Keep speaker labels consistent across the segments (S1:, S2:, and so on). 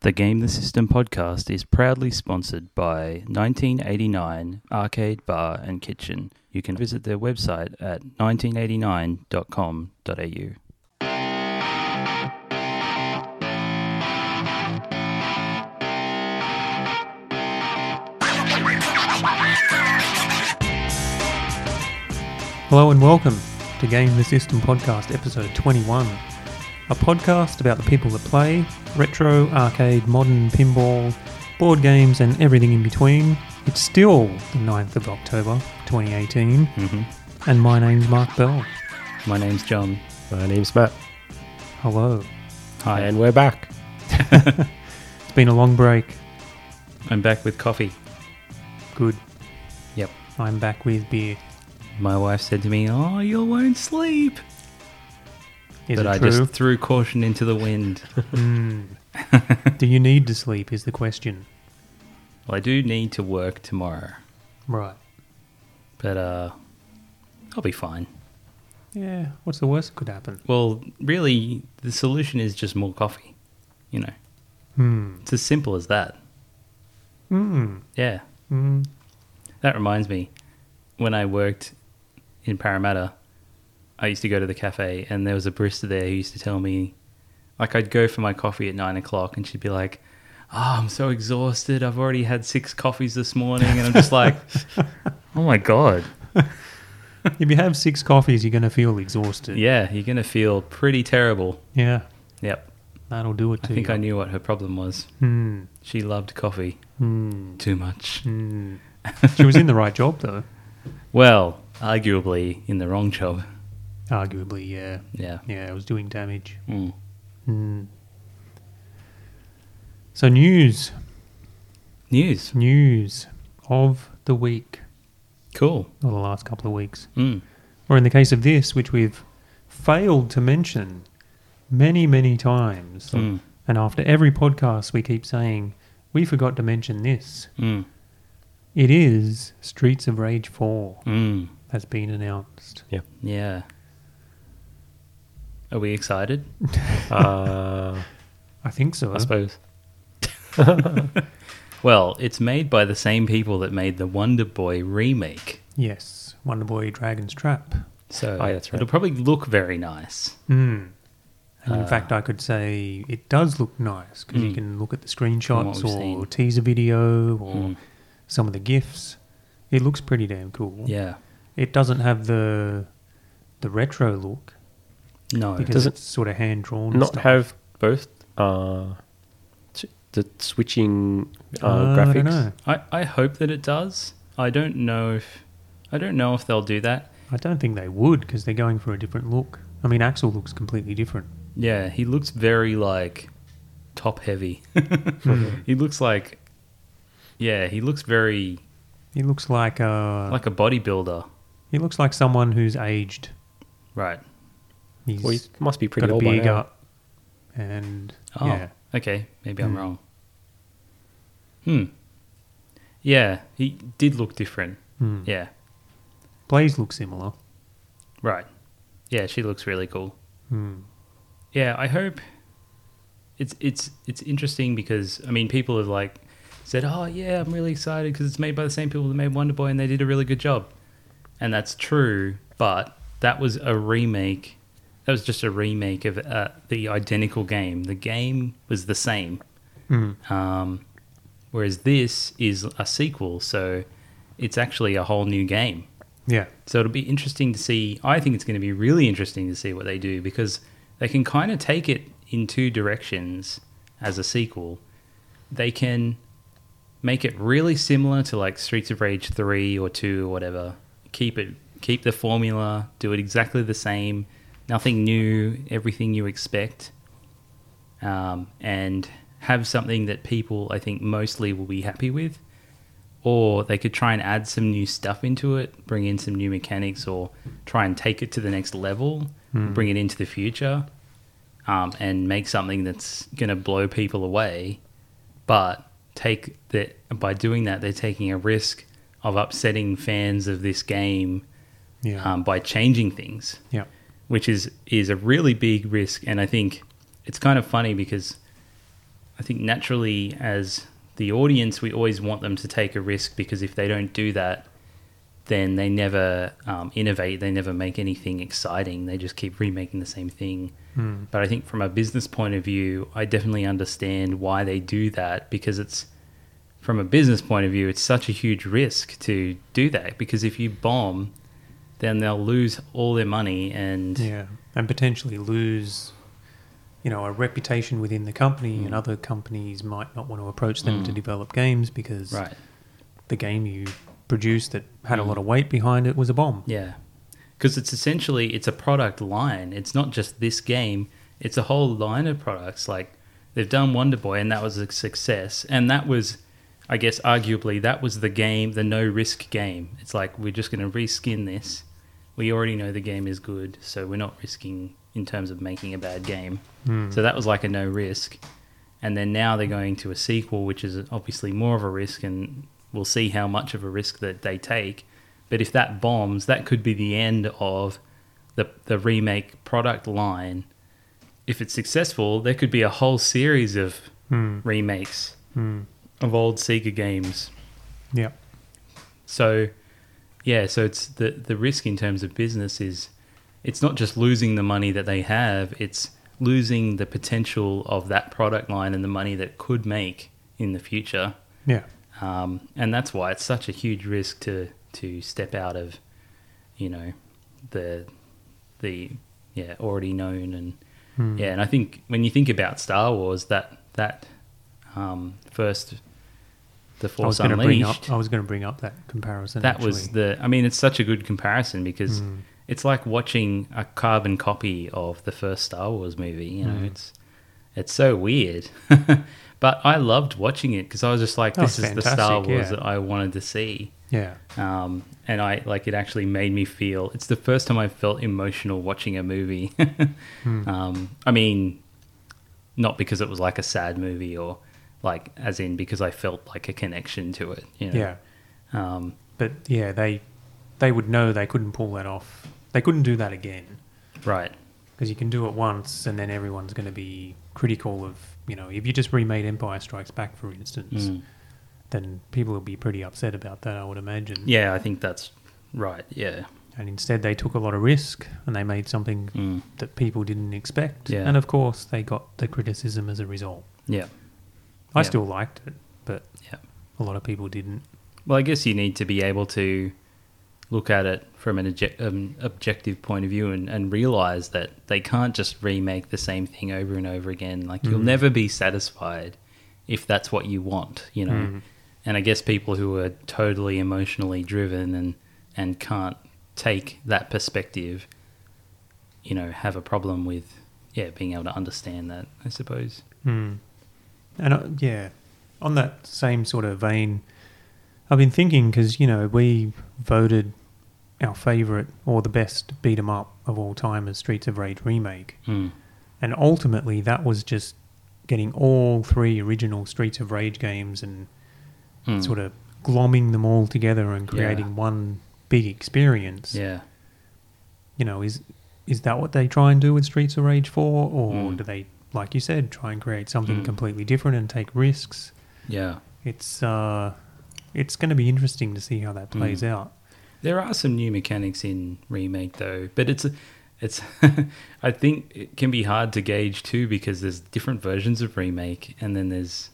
S1: The Game the System podcast is proudly sponsored by 1989 Arcade Bar and Kitchen. You can visit their website at 1989.com.au.
S2: Hello and welcome to Game the System Podcast, episode 21, a podcast about the people that play retro, arcade, modern, pinball, board games, and everything in between. It's still the 9th of October 2018,
S1: Mm-hmm.
S2: and my name's Mark Bell.
S1: My name's John.
S3: My name's Matt,
S2: Hello.
S1: Hi,
S3: and we're back.
S2: It's been a long break.
S1: I'm back with coffee.
S2: Good.
S1: Yep.
S2: I'm back with beer.
S1: My wife said to me, Oh, you won't sleep.
S2: Is
S1: but
S2: it
S1: I
S2: true?
S1: just threw caution into the wind.
S2: Mm. Do you need to sleep? Is the question.
S1: well, I do need to work tomorrow,
S2: Right.
S1: but uh, I'll be fine.
S2: Yeah. What's the worst that could happen?
S1: Well, really, the solution is just more coffee. You know,
S2: Hmm.
S1: it's as simple as that.
S2: Hmm.
S1: Yeah.
S2: Hmm.
S1: That reminds me, when I worked in Parramatta, I used to go to the cafe, and there was a barista there who used to tell me, like, I'd go for my coffee at nine o'clock, and she'd be like, Oh, I'm so exhausted. I've already had six coffees this morning. And I'm just like, Oh my God.
S2: If you have six coffees, you're going to feel exhausted.
S1: Yeah, you're going to feel pretty terrible.
S2: Yeah,
S1: Yep.
S2: that'll do it
S1: I
S2: to
S1: think
S2: you.
S1: I knew what her problem was.
S2: Hmm.
S1: She loved coffee
S2: Hmm.
S1: too much.
S2: Hmm. she was in the right job, though.
S1: Well, arguably in the wrong job.
S2: Arguably, yeah.
S1: Yeah.
S2: Yeah, it was doing damage.
S1: Mm.
S2: Hmm. So, news.
S1: News.
S2: News of the week,
S1: Cool.
S2: or the last couple of weeks.
S1: Mm.
S2: Or in the case of this, which we've failed to mention many, many times.
S1: Mm.
S2: And after every podcast, we keep saying, we forgot to mention this.
S1: Mm.
S2: It is Streets of Rage 4
S1: Mm.
S2: that's been announced.
S1: Yeah. Are we excited?
S3: Uh,
S2: I think so.
S3: I suppose.
S1: Well, it's made by the same people that made the Wonder Boy remake.
S2: Yes, Wonder Boy Dragon's Trap.
S1: So
S3: Oh, yeah, that's right.
S1: it'll probably look very nice.
S2: Mm. And
S1: Uh,
S2: in fact, I could say it does look nice because
S1: Mm.
S2: you can look at the
S1: what
S2: screenshots
S1: we've
S2: or
S1: seen.
S2: teaser video or
S1: Mm.
S2: some of the GIFs. It looks pretty damn cool.
S1: Yeah.
S2: It doesn't have the the retro look
S1: No.
S2: because
S3: does it
S2: it's sort of hand drawn.
S3: Not
S2: stuff.
S3: have both uh, s- the switching uh,
S2: Uh,
S3: graphics.
S2: I don't know.
S1: Oh, I, I hope that it does. I don't know if I don't know if they'll do that.
S2: I don't think they would because they're going for a different look. I mean, Axel looks completely different.
S1: Yeah, he looks very like top heavy. he looks like yeah, he looks very
S2: He looks like uh,
S1: like a bodybuilder.
S2: he looks like someone who's aged.
S1: Right.
S2: He's
S3: Well, it must be pretty
S2: got a
S3: old by
S2: big
S3: now.
S2: up and
S1: Oh,
S2: yeah.
S1: okay. Maybe I'm
S2: Hmm.
S1: wrong. Hmm. Yeah, he did look different.
S2: Hmm.
S1: Yeah,
S2: Blaze looks similar.
S1: right. Yeah, she looks really cool.
S2: Hmm.
S1: Yeah, I hope it's it's it's interesting because I mean, people have like said, "Oh, yeah, I'm really excited because it's made by the same people that made Wonder Boy and they did a really good job." And that's true, but that was a remake. That was just a remake of uh, the identical game. The game was the same.
S2: Mm.
S1: Um, whereas this is a sequel, so it's actually a whole new game.
S2: Yeah.
S1: So it'll be interesting to see. I think it's going to be really interesting to see what they do because they can kind of take it in two directions as a sequel. They can make it really similar to like Streets of Rage 3 or 2 or whatever. Keep it keep the formula, do it exactly the same, nothing new, everything you expect. Um, and have something that people I think mostly will be happy with or they could try and add some new stuff into it, bring in some new mechanics, or try and take it to the next level, bring it into the future, um, and make something that's going to blow people away. But take that by doing that, they're taking a risk of upsetting fans of this game
S2: Yeah.
S1: um, by changing things
S2: yeah.
S1: which is is a really big risk. And I think it's kind of funny because I think naturally as the audience, we always want them to take a risk because if they don't do that, then they never um, innovate. They never make anything exciting. They just keep remaking the same thing.
S2: Hmm.
S1: But I think from a business point of view, I definitely understand why they do that because it's from a business point of view, it's such a huge risk to do that because if you bomb, then they'll lose all their money and
S2: Yeah, and potentially lose, you know, a reputation within the company,
S1: Hmm.
S2: and other companies might not want to approach them to develop games because
S1: right. Hmm.
S2: the game you produced that had a lot of weight behind it was a bomb.
S1: Yeah, because it's essentially it's a product line. It's not just this game. It's a whole line of products. Like they've done Wonder Boy, and that was a success. And that was, I guess, arguably that was the game, the no risk game. It's like we're just going to reskin this. We already know the game is good, so we're not risking in terms of making a bad game. So that was like a no risk. And then now they're going to a sequel, which is obviously more of a risk, and we'll see how much of a risk that they take. But if that bombs, that could be the end of the, the remake product line. If it's successful, there could be a whole series of
S2: Hmm.
S1: remakes
S2: Hmm.
S1: of old Sega games.
S2: Yeah.
S1: So, yeah, so it's the the risk in terms of business is it's not just losing the money that they have, it's losing the potential of that product line and the money that could make in the future.
S2: Yeah.
S1: Um, and that's why it's such a huge risk to to step out of, you know, the the yeah already known and
S2: Hmm.
S1: yeah. And I think when you think about Star Wars, that that um, first the
S2: I was
S1: Force
S2: going to bring
S1: Unleashed.
S2: up. I was going to bring up that comparison.
S1: That was
S2: actually. Hmm.
S1: the. I mean, it's such a good comparison because it's like watching a carbon copy of the first Star Wars movie. You know,
S2: Hmm.
S1: it's it's so weird, but I loved watching it because I was just like,
S2: Oh,
S1: this
S2: it's
S1: is the Star
S2: fantastic,
S1: Wars
S2: yeah.
S1: that I wanted to see.
S2: yeah.
S1: Um, and I like it actually made me feel. It's the first time I felt emotional watching a movie.
S2: Hmm.
S1: um, I mean, not because it was like a sad movie or like as in because I felt like a connection to it. You know?
S2: Yeah.
S1: Um,
S2: But yeah, they they would know they couldn't pull that off. They couldn't do that again
S1: right.
S2: because you can do it once, and then everyone's going to be critical of you know if you just remade Empire Strikes Back, for instance,
S1: Mm.
S2: then people will be pretty upset about that. I would imagine.
S1: Yeah, I think that's right. Yeah.
S2: And instead, they took a lot of risk and they made something
S1: Mm.
S2: that people didn't expect.
S1: Yeah.
S2: And of course, they got the criticism as a result.
S1: Yeah.
S2: I
S1: Yeah.
S2: still liked it, but
S1: Yeah.
S2: a lot of people didn't.
S1: Well, I guess you need to be able to look at it from an obje- um, objective point of view and, and realize that they can't just remake the same thing over and over again. Like, you'll never be satisfied if that's what you want, you know? And I guess people who are totally emotionally driven and, and can't take that perspective, you know, have a problem with, yeah, being able to understand that, I suppose.
S2: Mm. And uh, yeah, on that same sort of vein, I've been thinking because you know we voted our favourite or the best beat 'em up of all time as Streets of Rage remake,
S1: Mm.
S2: and ultimately that was just getting all three original Streets of Rage games and
S1: Mm.
S2: sort of glomming them all together and creating
S1: Yeah.
S2: one big experience.
S1: Yeah.
S2: You know, is is that what they try and do with Streets of Rage Four, or
S1: Mm.
S2: do they, like you said, try and create something
S1: Mm.
S2: completely different and take risks?
S1: Yeah.
S2: It's uh, it's going to be interesting to see how that plays
S1: Mm.
S2: out.
S1: There are some new mechanics in remake though, but it's a, it's I think it can be hard to gauge too because there's different versions of remake and then there's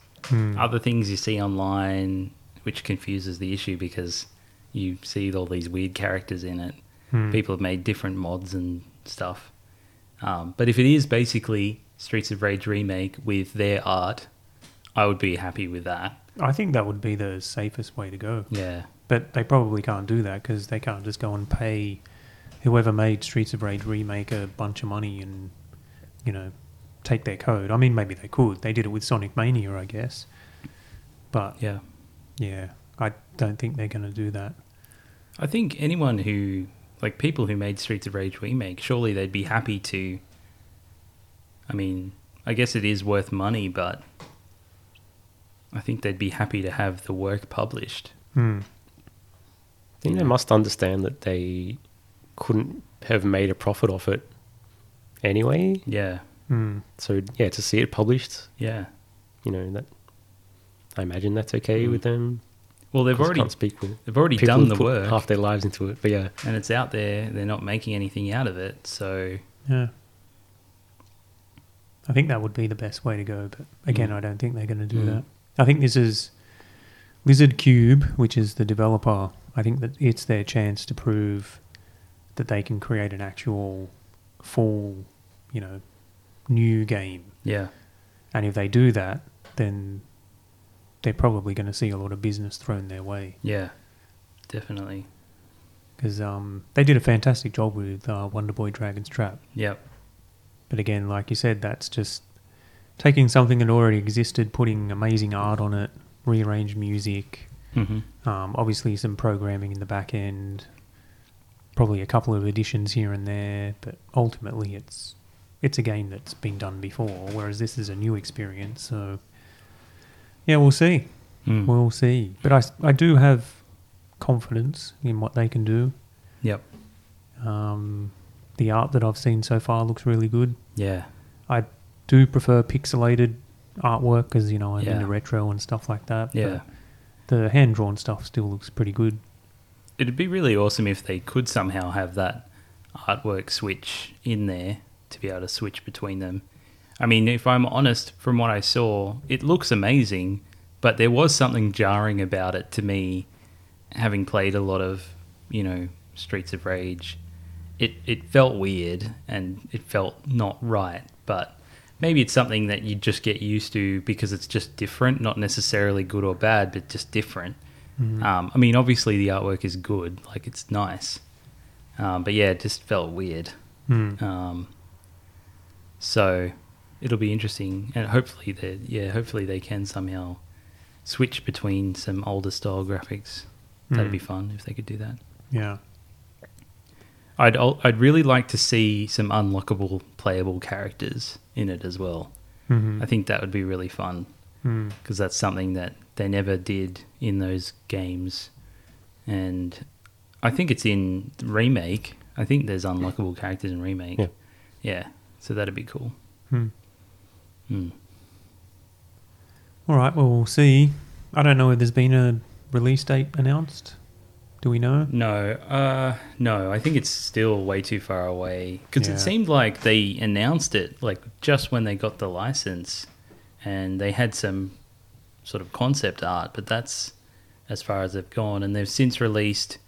S1: other things you see online which confuses the issue because you see all these weird characters in it.
S2: Hmm.
S1: People have made different mods and stuff. Um, but if it is basically Streets of Rage remake with their art, I would be happy with that.
S2: I think that would be the safest way to go.
S1: Yeah.
S2: But they probably can't do that because they can't just go and pay whoever made Streets of Rage remake a bunch of money and you know take their code. I mean, maybe they could. They did it with Sonic Mania, I guess. But
S1: Yeah.
S2: yeah, I don't think they're going to do that.
S1: I think anyone who, like people who made Streets of Rage remake, surely they'd be happy to. I mean, I guess it is worth money, but I think they'd be happy to have the work published.
S2: Hmm.
S3: I think they must understand that they couldn't have made a profit off it anyway.
S1: Yeah,
S2: Hmm.
S3: So yeah, to see it published
S1: yeah,
S3: you know that. I imagine that's okay
S1: Mm.
S3: with them.
S1: Well, they've
S3: 'cause
S1: already
S3: can't speak with.
S1: they've already
S3: people
S1: done
S3: have
S1: the
S3: put
S1: work,
S3: half their lives into it. But yeah,
S1: and it's out there. They're not making anything out of it, so
S2: Yeah. I think that would be the best way to go, but again,
S1: Mm.
S2: I don't think they're going to do
S1: Mm.
S2: that. I think this is Lizard Cube, which is the developer. I think that it's their chance to prove that they can create an actual full, you know, new game.
S1: yeah,
S2: And if they do that, then they're probably going to see a lot of business thrown their way
S1: yeah, definitely,
S2: because um, they did a fantastic job with uh, Wonder Boy Dragon's Trap.
S1: yep,
S2: But again, like you said, that's just taking something that already existed, putting amazing art on it, rearranged music,
S1: hmm
S2: um, obviously some programming in the back end, probably a couple of additions here and there, but ultimately it's it's a game that's been done before, whereas this is a new experience. So yeah, we'll see.
S1: mm.
S2: We'll see. But I, s- I do have confidence in what they can do.
S1: yep,
S2: Um, the art that I've seen so far looks really good.
S1: yeah,
S2: I do prefer pixelated artwork because you know I'm
S1: Yeah.
S2: into retro and stuff like that. but
S1: yeah.
S2: the hand drawn stuff still looks pretty good.
S1: It'd be really awesome if they could somehow have that artwork switch in there to be able to switch between them. I mean, if I'm honest, from what I saw, it looks amazing, but there was something jarring about it to me, having played a lot of, you know, Streets of Rage. It, it felt weird and it felt not right, but maybe it's something that you just get used to because it's just different, not necessarily good or bad, but just different. Um, I mean, obviously the artwork is good, like it's nice, um, but yeah, it just felt weird.
S2: Mm.
S1: Um, so it'll be interesting, and hopefully they yeah, hopefully they can somehow switch between some older style graphics. That'd
S2: Mm.
S1: be fun if they could do that.
S2: Yeah,
S1: I'd al- I'd really like to see some unlockable playable characters in it as well.
S2: mm-hmm.
S1: I think that would be really fun
S2: mm.
S1: because that's something that they never did in those games. And I think it's in remake. I think there's unlockable characters in remake.
S3: Yeah.
S1: Yeah, So that'd be cool.
S2: Mm.
S1: Mm.
S2: All right, well we'll see. I don't know if there's been a release date announced. Do we know?
S1: No, uh, no. I think it's still way too far away because
S2: Yeah.
S1: it seemed like they announced it like just when they got the license, and they had some sort of concept art, but that's as far as they've gone. And they've since released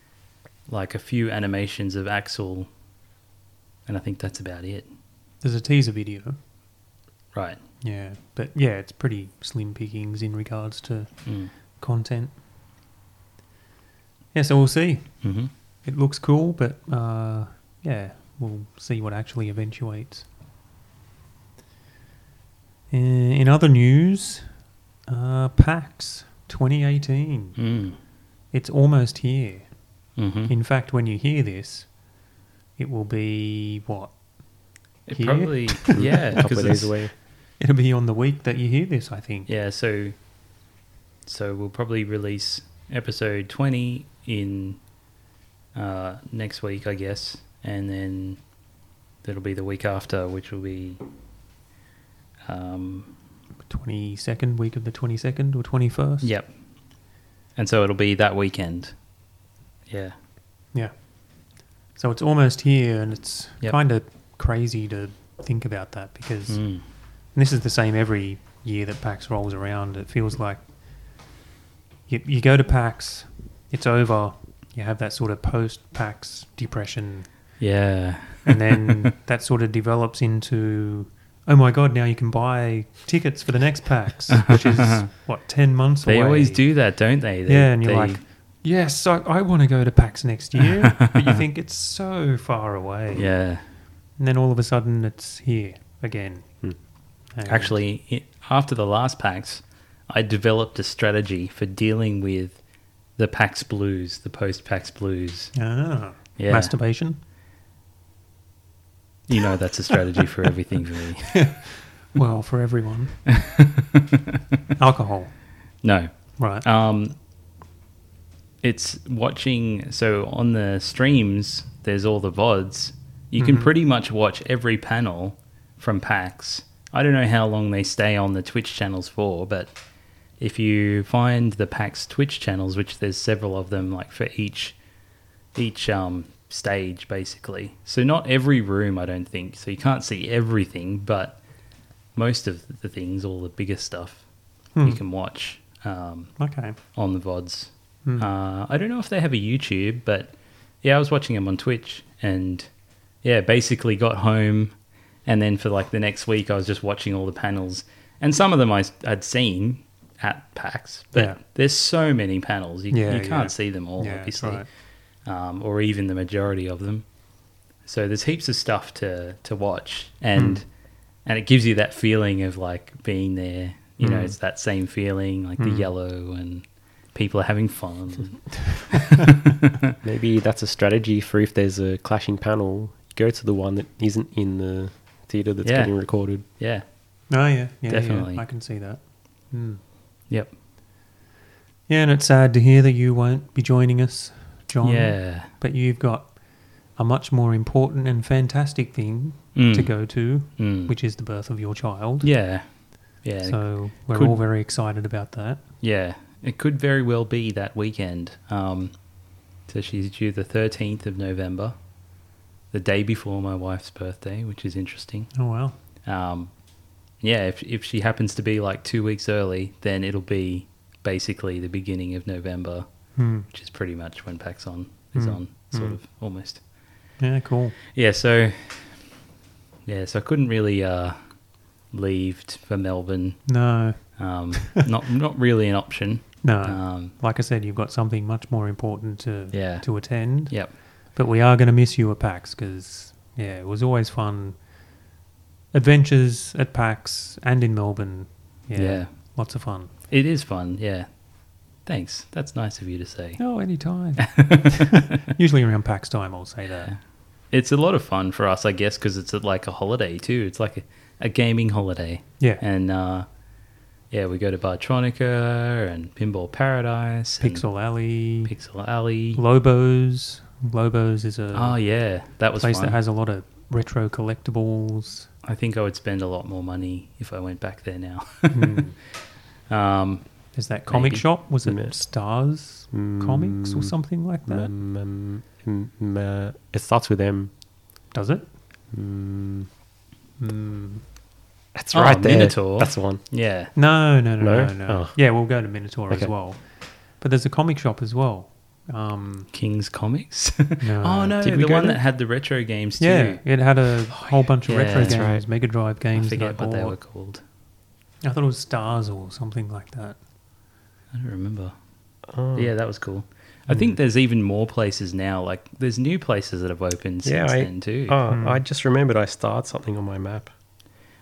S1: like a few animations of Axel, and I think that's about it.
S2: There's a teaser video.
S1: Right.
S2: Yeah, but yeah, it's pretty slim pickings in regards to
S1: Mm.
S2: content. Yeah, so we'll see.
S3: Mm-hmm.
S1: hmm
S2: It looks cool, but uh, yeah, we'll see what actually eventuates. Uh, In other news, uh, PAX 2018.
S1: Mm.
S2: It's almost here.
S1: hmm
S2: In fact, when you hear this, it will be what?
S1: It
S2: Here?
S1: probably yeah
S3: a couple
S1: because
S3: of days away.
S2: It'll be on the week that you hear this, I think.
S1: Yeah, so so we'll probably release episode twenty in uh, next week, I guess, and then that'll be the week after, which will be um,
S2: 22nd, week of the 22nd or 21st.
S1: yep, and so it'll be that weekend. Yeah,
S2: Yeah. So it's almost here, and it's
S1: Yep.
S2: kind of crazy to think about that because.
S1: mm.
S2: And this is the same every year that PAX rolls around. It feels like you, you go to PAX, it's over, you have that sort of post PAX depression,
S1: yeah,
S2: and then that sort of develops into oh my god, now you can buy tickets for the next PAX, which is what, 10 months
S1: they
S2: away.
S1: always do that, don't they? They-
S2: yeah, and you're
S1: they-
S2: like, yes, I, I want to go to PAX next year, but you think it's so far away.
S1: yeah.
S2: And then all of a sudden it's here again.
S3: Hmm.
S2: And-
S1: Actually, i after the last PAX, I developed a strategy for dealing with the PAX blues, the post PAX blues.
S2: Ah,
S1: Yeah.
S2: masturbation.
S1: You know, that's a strategy for everything for me.
S2: Well, for everyone, alcohol,
S1: No.
S2: right?
S1: Um, it's watching. So on the streams, there's all the VODs. You can
S2: Mhm.
S1: pretty much watch every panel from PAX I don't know how long they stay on the Twitch channels for, but if you find the PAX Twitch channels, which there's several of them, like for each each um, stage basically. So not every room, I don't think. So you can't see everything, but most of the things, all the bigger stuff, you
S2: Hmm.
S1: can watch um,
S2: Okay.
S1: on the vods.
S2: Hmm.
S1: Uh, I don't know if they have a YouTube, but yeah, I was watching them on Twitch, and yeah, basically got home, and then for like the next week, I was just watching all the panels, and some of them I s- had seen at PAX, but
S2: Yeah.
S1: there's so many panels, you,
S2: Yeah,
S1: you can't
S2: yeah.
S1: see them all,
S2: Yeah, that's
S1: obviously,
S2: right.
S1: um, or even the majority of them. So there's heaps of stuff to to watch, and
S2: Hmm.
S1: and it gives you that feeling of like being there. You know,
S2: Mm.
S1: it's that same feeling, like the
S2: Hmm.
S1: yellow and people are having fun.
S3: Maybe that's a strategy for if there's a clashing panel, go to the one that isn't in the theater that's
S1: Yeah.
S3: getting recorded.
S1: yeah.
S2: Oh yeah, yeah,
S1: Definitely.
S2: Yeah, I can see that.
S1: Yep.
S2: Yeah, and it's sad to hear that you won't be joining us, John.
S1: Yeah.
S2: But you've got a much more important and fantastic thing
S1: Mm.
S2: to go to,
S1: Mm.
S2: which is the birth of your child.
S1: Yeah. Yeah.
S2: So we're
S1: Could-
S2: all very excited about that.
S1: Yeah. It could very well be that weekend. Um, so she's due the 13th of November, the day before my wife's birthday, which is interesting.
S2: Oh wow.
S1: Um, yeah, if, if she happens to be like two weeks early, then it'll be basically the beginning of November.
S2: Hmm.
S1: which is pretty much when PAX on is
S2: Mm.
S1: on, sort
S2: Mm.
S1: of almost.
S2: Yeah, cool.
S1: Yeah, so yeah, so I couldn't really uh, leave t- for Melbourne.
S2: No,
S1: Um, not not really an option.
S2: no.
S1: Um,
S2: like I said, you've got something much more important to
S1: Yeah.
S2: to attend.
S1: yep.
S2: But we are going to miss you at PAX because yeah, it was always fun. Adventures at PAX and in Melbourne. Yeah,
S1: Yeah.
S2: lots of fun.
S1: It is fun. Yeah. Thanks. That's nice of you to say.
S2: Oh, anytime. Usually around PAX time, I'll say that.
S1: It's a lot of fun for us, I guess, because it's like a holiday too. It's like a, a gaming holiday.
S2: Yeah,
S1: And uh, yeah, we go to Bartronica and Pinball Paradise, and
S2: Pixel Alley,
S1: Pixel Alley.
S2: Lobos. Lobos is a
S1: Oh yeah, that was
S2: place
S1: fun.
S2: that has a lot of retro collectibles.
S1: I think I would spend a lot more money if I went back there now.
S2: Hmm.
S1: um,
S2: There's that comic
S1: Maybe. Hmm.
S2: shop. Was it
S3: Yeah.
S2: Stars Comics or
S3: Mm,
S2: something like that?
S3: mm, mm, mm, mm, uh, it starts with M.
S2: Does it?
S3: Mm, Ah,
S2: Mm.
S3: that's
S1: Oh,
S3: right there.
S1: Minotaur.
S3: That's the one.
S1: yeah.
S2: No, no, no, no,
S3: No?
S2: no.
S3: Oh.
S2: Yeah, we'll go to Minotaur as
S3: Okay.
S2: well. But there's a comic shop as well. Um,
S1: King's Comics.
S2: no.
S1: oh no,
S3: Did
S1: the
S3: we go
S1: one
S3: there?
S1: that had the retro games too.
S2: Yeah, it had a whole bunch of
S1: Oh, Yeah.
S2: retro
S1: That's
S2: games,
S3: right.
S2: Mega Drive
S1: I
S2: games. that I
S1: forget what they
S2: bought.
S1: were called.
S2: I thought it was Stars or something like that.
S1: I don't remember.
S2: Hmm.
S3: Oh.
S1: Yeah, that was cool. I think there's even more places now. Like there's new places that have opened
S3: Yeah,
S1: since
S3: I-
S1: then too.
S3: Oh, I just remembered I starred something on my map.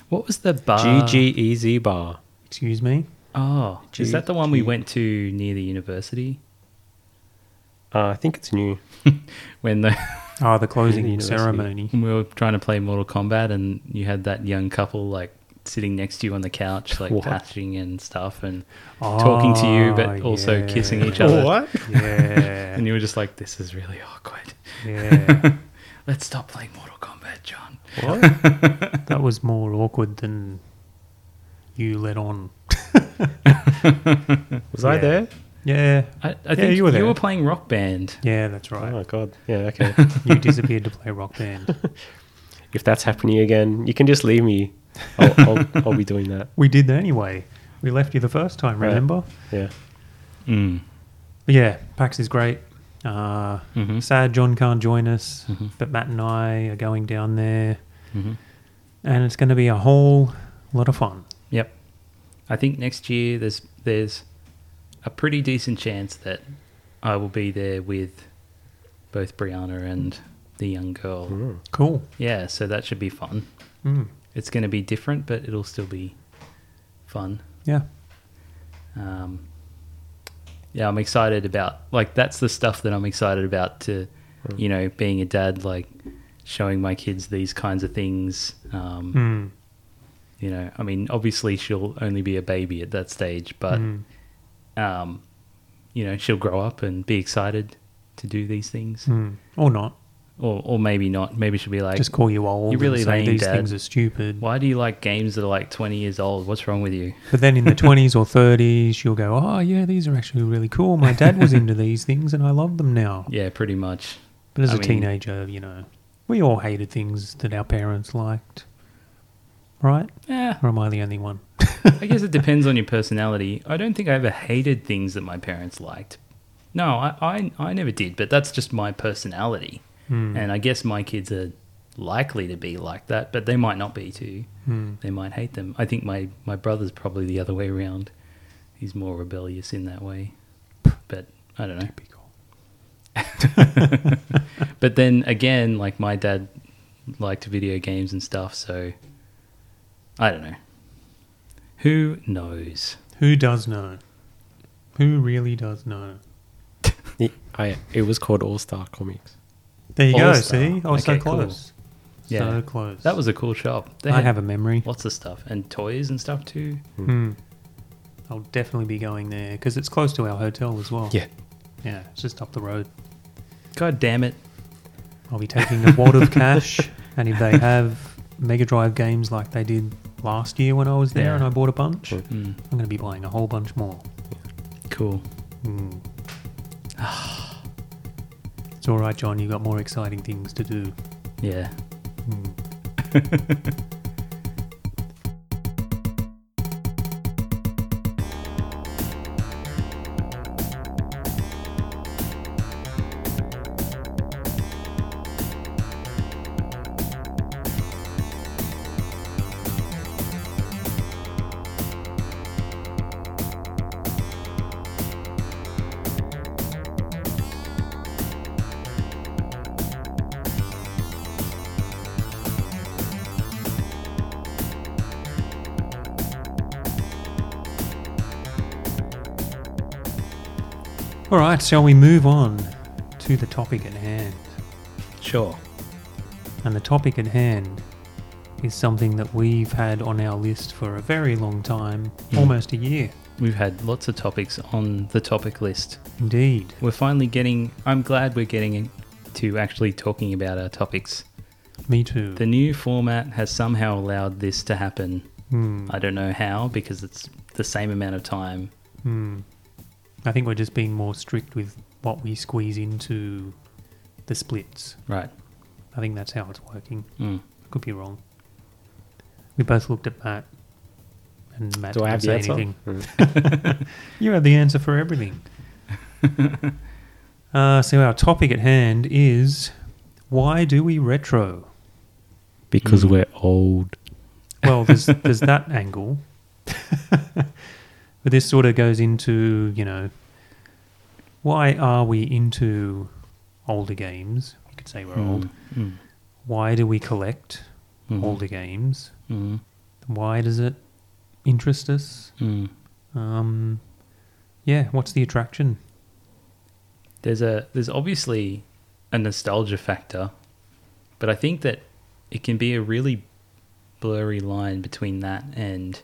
S1: what was the bar?
S3: Ah. GGEZ bar.
S2: Excuse me.
S1: Oh, is
S3: G-
S1: that the one we
S3: G-
S1: went to near the university
S3: Uh, I think it's new.
S1: when the
S2: Ah, the
S3: the
S2: closing
S3: university.
S2: ceremony.
S1: when we were trying to play Mortal Kombat and you had that young couple like sitting next to you on the couch, like
S3: What?
S1: patching and stuff and talking to you but
S2: Ah,
S1: also
S2: yeah.
S1: kissing each other.
S2: Yeah,
S1: And you were just like, This is really awkward.
S2: yeah.
S1: Let's stop playing Mortal Kombat, John.
S3: What?
S2: That was more awkward than you let on.
S3: Was
S2: Yeah.
S3: I there?
S2: Yeah,
S1: I, I think
S2: you
S1: you were,
S2: were there.
S1: playing rock band.
S2: yeah, that's
S3: Oh
S2: right.
S3: my god. Yeah. Okay.
S2: You disappeared to play rock band.
S3: if that's happening again, you can just leave me. I'll, I'll, I'll be doing that.
S2: We did that anyway. We left you the first time,
S3: Right.
S2: remember?
S3: Yeah.
S1: Mm.
S2: But yeah, PAX is great. Uh,
S1: Mhm.
S2: Sad John can't join us,
S1: Mhm.
S2: but Matt and I are going down there,
S1: Mhm.
S2: and it's going to be a whole lot of fun.
S1: Yep. I think next year there's there's a pretty decent chance that I will be there with both Brianna and the young girl.
S2: Hmm.
S3: Mm.
S2: Cool.
S1: Yeah, so that should be fun.
S2: Mm.
S1: It's going to be different, but it'll still be fun.
S2: Yeah.
S1: Um, yeah, I'm excited about like that's the stuff that I'm excited about to, you know, being a dad, like showing my kids these kinds of things. Um,
S2: Mm.
S1: You know, I mean, obviously she'll only be a baby at that stage, but
S2: Mm.
S1: um, you know, she'll grow up and be excited to do these things
S2: Mm. Or not.
S1: or or maybe not. Maybe she'll be like,
S2: Mm. Just call you old.
S1: you're really
S2: and say
S1: lame,
S2: these
S1: Dad.
S2: things are stupid.
S1: "Why do you like games that are like 20 years old? What's wrong with you?"
S2: But then in the 20s or 30s, you'll go, oh, yeah, these are actually really cool. My dad was into these things and I love them now.
S1: Yeah, pretty much.
S2: But as
S1: I
S2: a
S1: mean-
S2: teenager, you know, we all hated things that our parents liked. Right?
S1: Yeah,
S2: Or am I the only one?
S1: I guess it depends on your personality. I don't think I ever hated things that my parents liked. No, I, I, I never did, but that's just my personality.
S2: Hmm.
S1: And I guess my kids are likely to be like that, but they might not be too.
S2: Hmm.
S1: They might hate them. I think my, my brother's probably the other way around. He's more rebellious in that way. But I don't know.
S2: Typical.
S1: But then again, like my dad liked video games and stuff, so I don't know. Who knows?
S2: Who does know? Who really does know?
S3: It, I, it was called All Star Comics.
S2: There you go.
S1: All-Star.
S2: See, I was so
S1: Okay, cool.
S2: close.
S1: Yeah.
S2: So close.
S1: That was a cool shop. They
S2: I
S1: had
S2: have a memory.
S1: lots of stuff and toys and stuff too.
S2: Hmm. I'll definitely be going there because it's close to our hotel as well.
S3: Yeah.
S2: Yeah, it's just up the road.
S1: God damn it!
S2: I'll be taking a wad of cash, and if they have Mega Drive games like they did last year when I was there
S1: Yeah.
S2: and I bought a bunch,
S3: Mm.
S1: Mm,
S2: I'm going to be buying a whole bunch more.
S1: cool.
S2: Hmm. it's all right, John. You've got more exciting things to do.
S1: Yeah.
S2: Hmm. All right, shall we move on to the topic at hand?
S1: Sure.
S2: And the topic at hand is something that we've had on our list for a very long time,
S1: Hmm.
S2: almost a year.
S1: We've had lots of topics on the topic list.
S2: Indeed.
S1: We're finally getting. I'm glad we're getting to actually talking about our topics.
S2: Me too.
S1: The new format has somehow allowed this to happen.
S2: Hmm.
S1: I don't know how because it's the same amount of time.
S2: Hmm. I think we're just being more strict with what we squeeze into the splits.
S1: Right.
S2: I think that's how it's working.
S1: Mm.
S2: Could be wrong. We both looked at Matt, and Matt
S3: Do
S2: didn't
S3: I have
S2: say
S3: the answer?
S2: anything.
S3: Mm.
S2: You have the answer for everything. uh, so our topic at hand is why do we retro?
S3: Because
S1: Mm.
S3: we're old.
S2: Well, there's there's that angle, but this sort of goes into you know why are we into older games? You could say we're old.
S1: Mm.
S2: Why do we collect
S1: Mm.
S2: older games?
S1: Mm.
S2: Why does it interest us?
S1: Mm.
S2: Um, yeah, what's the attraction?
S1: there's a there's obviously a nostalgia factor, but I think that it can be a really blurry line between that and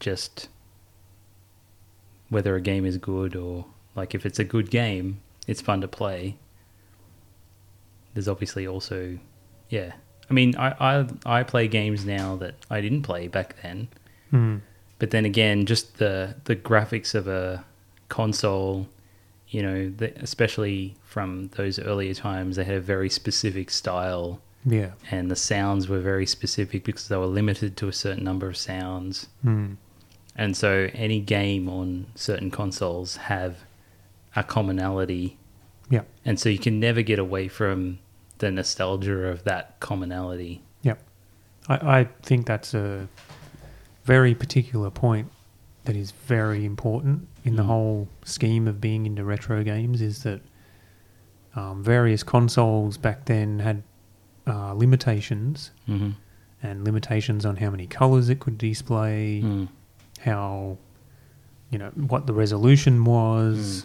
S1: just whether a game is good or like if it's a good game, it's fun to play. There's obviously also yeah. I mean, I, I I play games now that I didn't play back then.
S2: Hmm.
S1: But then again, just the the graphics of a console, you know, the, especially from those earlier times, they had a very specific style,
S2: Yeah.
S1: and the sounds were very specific because they were limited to a certain number of sounds.
S2: Hmm.
S1: And so, any game on certain consoles have a commonality,
S2: Yeah.
S1: and so you can never get away from the nostalgia of that commonality.
S2: Yep. I, I think that's a very particular point that is very important in the
S1: Mm.
S2: whole scheme of being into retro games is that um, various consoles back then had uh, limitations
S1: Mm-hmm.
S2: and limitations on how many colors it could display,
S1: Mm.
S2: how, you know, what the resolution was,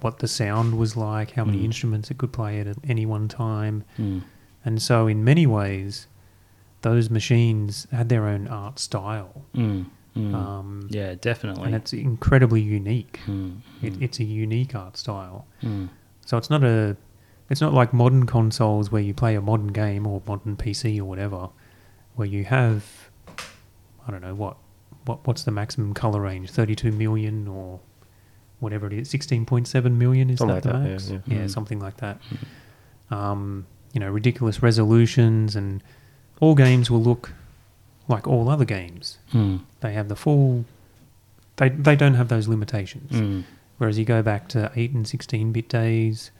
S2: what the sound was like, how many
S1: Mm.
S2: instruments it could play at any one time.
S1: Mm.
S2: And so, in many ways, those machines had their own art style.
S1: Mm. Mm.
S2: Um,
S1: yeah, definitely.
S2: And it's incredibly unique.
S1: Mm.
S2: It, it's a unique art style.
S1: Mm.
S2: So, it's not a It's not like modern consoles where you play a modern game or modern PC or whatever, where you have, I don't know what, what what's the maximum color range? Thirty-two million or whatever it is, sixteen point seven million is
S3: Something
S2: that the
S3: like that, yeah,
S2: max?
S3: yeah. Hmm.
S1: Mm.
S2: something like that. Um, you know, ridiculous resolutions and all games will look like all other games.
S1: Mm.
S2: They have the full. They they don't have those limitations.
S1: Mm.
S2: Whereas you go back to 8 and 16 bit days,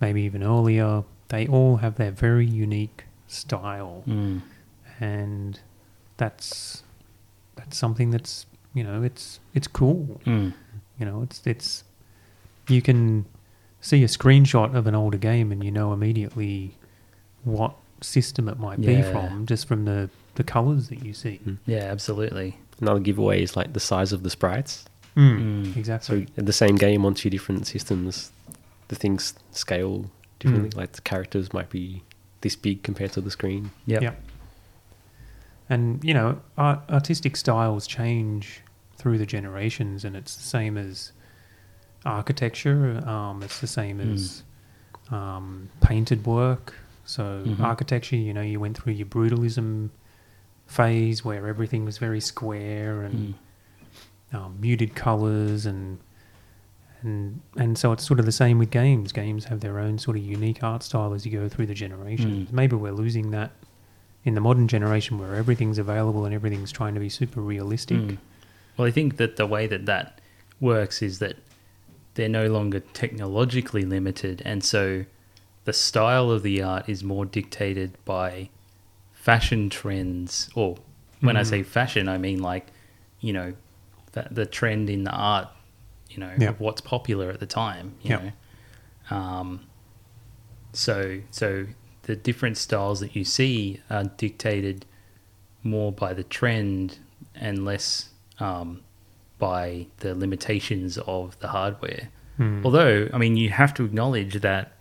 S2: maybe even earlier, they all have their very unique style.
S1: Mm.
S2: And that's that's something that's, you know, it's it's cool.
S1: Mm.
S2: You know, it's it's you can see a screenshot of an older game and you know immediately what system it might be
S1: Yeah.
S2: from just from the the colors that you see.
S3: Mm.
S1: Yeah, absolutely.
S3: Another giveaway is like the size of the sprites.
S1: Mm.
S2: Exactly.
S3: So the same game on two different systems, the things scale differently.
S2: Mm.
S3: Like the characters might be this big compared to the screen.
S1: Yep.
S2: Yeah. And you know, art, artistic styles change through the generations, and it's the same as architecture. Um, it's the same as um, painted work. So
S1: Mhm.
S2: architecture, you know, you went through your brutalism phase where everything was very square and
S1: Mm.
S2: um, muted colors and and and so it's sort of the same with games. Games have their own sort of unique art style as you go through the generations.
S1: Mm.
S2: Maybe we're losing that in the modern generation where everything's available and everything's trying to be super realistic.
S1: Mm. Well, I think that the way that that works is that they're no longer technologically limited, and so the style of the art is more dictated by fashion trends. Or when I
S2: Mm.
S1: say fashion, I mean like you know the, the trend in the art, you know,
S2: Yeah.
S1: of what's popular at the time. You
S2: Yeah.
S1: know, um, so so the different styles that you see are dictated more by the trend and less um, by the limitations of the hardware.
S2: Mm.
S1: Although, I mean, you have to acknowledge that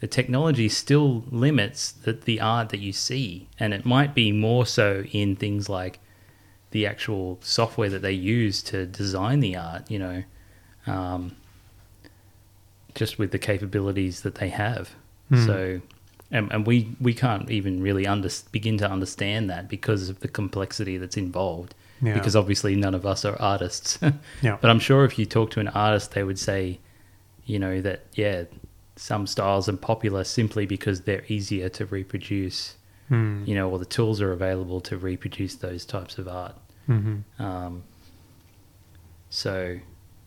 S1: the technology still limits the, the art that you see, and it might be more so in things like the actual software that they use to design the art. You know, um, just with the capabilities that they have.
S2: Mm.
S1: So, and, and we we can't even really under, begin to understand that because of the complexity that's involved.
S2: Yeah.
S1: Because obviously none of us are artists.
S2: Yeah.
S1: But I'm sure if you talk to an artist, they would say, you know, that, yeah, some styles are popular simply because they're easier to reproduce,
S2: Mm.
S1: you know, or the tools are available to reproduce those types of art.
S2: Mhm.
S1: Um, so,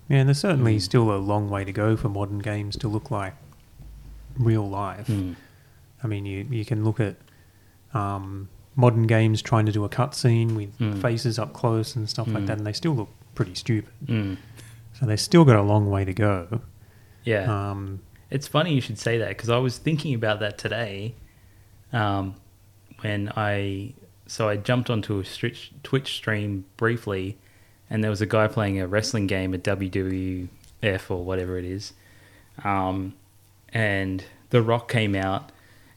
S2: Yeah, and there's certainly
S1: Mm.
S2: still a long way to go for modern games to look like real life.
S1: mm,
S2: I mean, you, you can look at um, modern games trying to do a cutscene with
S1: Mm.
S2: faces up close and stuff like
S1: Mm.
S2: that, and they still look pretty stupid.
S1: mm,
S2: So they've still got a long way to go.
S1: yeah.
S2: Um,
S1: It's funny you should say that because I was thinking about that today. Um, when I so I jumped onto a Twitch, Twitch stream briefly, and there was a guy playing a wrestling game at WWF or whatever it is, um, and The Rock came out.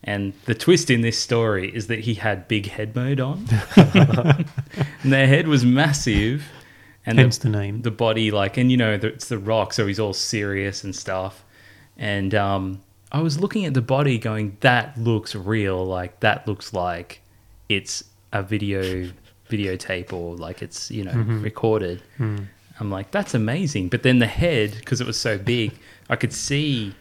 S1: And the twist in this story is that he had big head mode on, and their head was massive, and the-
S2: hence the, name.
S1: the body like and you know the, it's the rock so he's all serious and stuff and um i was looking at the body going that looks real like that looks like it's a video videotape or like it's you know recorded
S2: Mm.
S1: i'm like that's amazing but then the head because it was so big i could see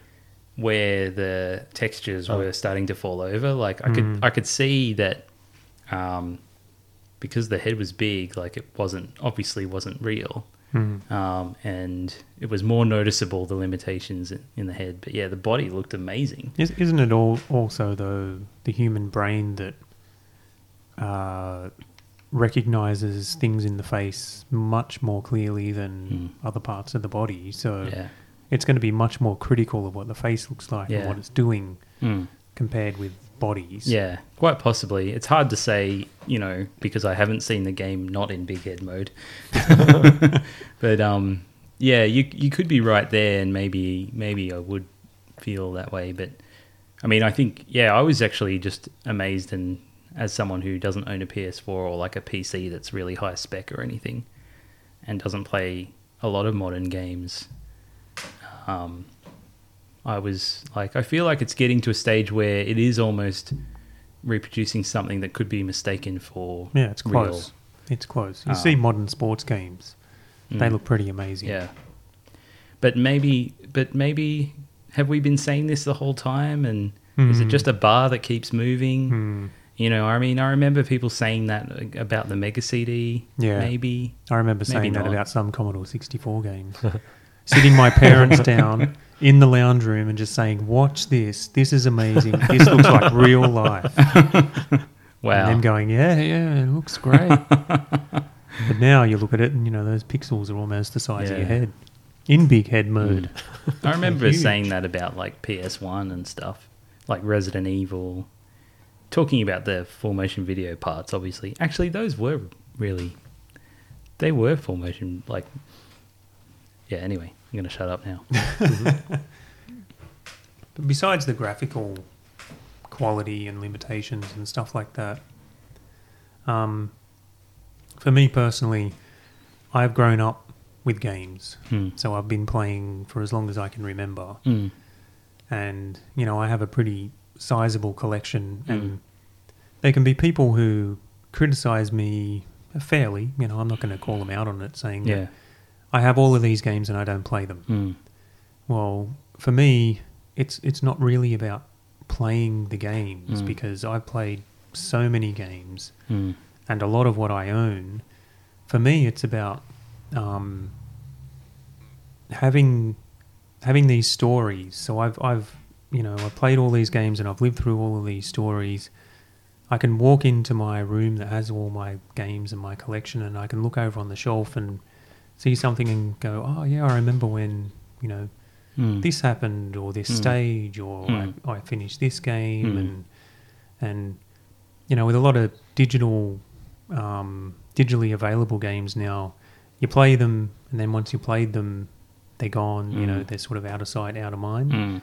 S1: where the textures were starting to fall over like i could i could see that um because the head was big like it wasn't obviously wasn't real
S2: Mm.
S1: um, and it was more noticeable the limitations in- in the head. But yeah, the body looked amazing.
S2: Is, isn't it all also though the human brain that uh, recognizes things in the face much more clearly than other parts of the body? So
S1: Mm. Yeah,
S2: it's going to be much more critical of what the face looks like and
S1: Yeah.
S2: what it's doing
S1: Mm.
S2: compared with bodies.
S1: yeah, quite possibly. It's hard to say, you know, because I haven't seen the game not in big head mode. but um, yeah, you you could be right there, and maybe maybe I would feel that way. But I mean, I think yeah, I was actually just amazed, and as someone who doesn't own a PS4 or like a PC that's really high spec or anything, and doesn't play a lot of modern games, um, I was like, I feel like it's getting to a stage where it is almost reproducing something that could be mistaken for
S2: Yeah, it's
S1: real.
S2: close. It's close. You
S1: Ah.
S2: see modern sports games; they
S1: Mm.
S2: look pretty amazing.
S1: Yeah. But maybe, but maybe, have we been saying this the whole time? And is it
S2: Mm.
S1: just a bar that keeps moving?
S2: Hmm.
S1: You know, I mean, I remember people saying that about the Mega CD.
S2: Yeah.
S1: Maybe.
S2: I remember
S1: Maybe
S2: saying that
S1: not.
S2: about some Commodore 64 games. Sitting my parents down in the lounge room and just saying, "Watch this. This is amazing. This looks like real life." And
S1: Wow.
S2: them going, "Yeah, yeah, it looks great." but now you look at it, and you know those pixels are almost the size of your
S1: Yeah. Mm.
S2: head, in big head mode.
S1: I remember
S2: Huge.
S1: saying that about like PS1 and stuff, like Resident Evil. Talking about the full motion video parts, obviously. Actually, those were really. They were full motion. Like. Yeah, anyway, I'm going to shut up now.
S2: But besides the graphical quality and limitations and stuff like that, um, for me personally, I've grown up with games.
S1: Hmm.
S2: So I've been playing for as long as I can remember.
S1: Mm.
S2: And, you know, I have a pretty sizable collection.
S1: Hmm.
S2: And there can be people who criticize me fairly. You know, I'm not going to call them out on it, saying, that
S1: Yeah.
S2: I have all of these games and I don't play them.
S1: Mm.
S2: Well, for me, it's it's not really about playing the games
S1: Mm.
S2: because I've played so many games
S1: Mm.
S2: and a lot of what I own. For me, it's about um, having having these stories. So I've I've you know I played all these games and I've lived through all of these stories. I can walk into my room that has all my games and my collection, and I can look over on the shelf and see something and go, "Oh yeah, I remember when you know
S1: Mm.
S2: this happened or this
S1: Mm.
S2: stage or
S1: Mm.
S2: I, I finished this game
S1: Mm.
S2: and and you know with a lot of digital um, digitally available games now you play them and then once you played them they're gone you know
S1: Mm.
S2: they're sort of out of sight out of mind
S1: Mm.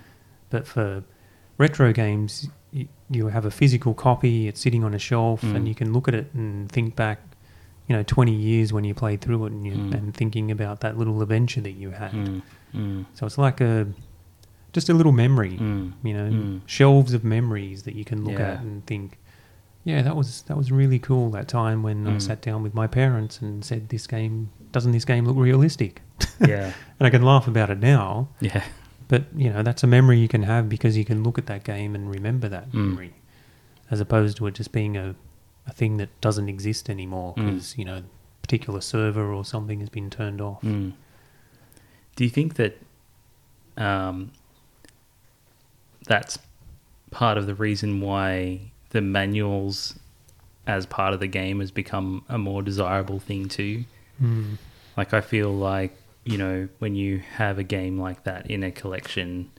S2: but for retro games you, you have a physical copy it's sitting on a shelf
S1: Mm.
S2: and you can look at it and think back you know 20 years when you played through it and, you,
S1: Mm.
S2: and thinking about that little adventure that you had
S1: Mm. Mm.
S2: so it's like a just a little memory,
S1: Mm.
S2: you know,
S1: Mm.
S2: shelves of memories that you can look
S1: Yeah.
S2: at and think, yeah, that was that was really cool that time when I
S1: Mm.
S2: sat down with my parents and said, this game doesn't this game look realistic?
S1: Yeah.
S2: And I can laugh about it now,
S1: Yeah.
S2: but you know, that's a memory you can have because you can look at that game and remember that
S1: Mm.
S2: memory, as opposed to it just being a a thing that doesn't exist anymore
S1: Mm.
S2: because you know a particular server or something has been turned off.
S1: Mm. Do you think that um, that's part of the reason why the manuals as part of the game has become a more desirable thing too?
S2: Mm.
S1: Like I feel like, you know, when you have a game like that in a collection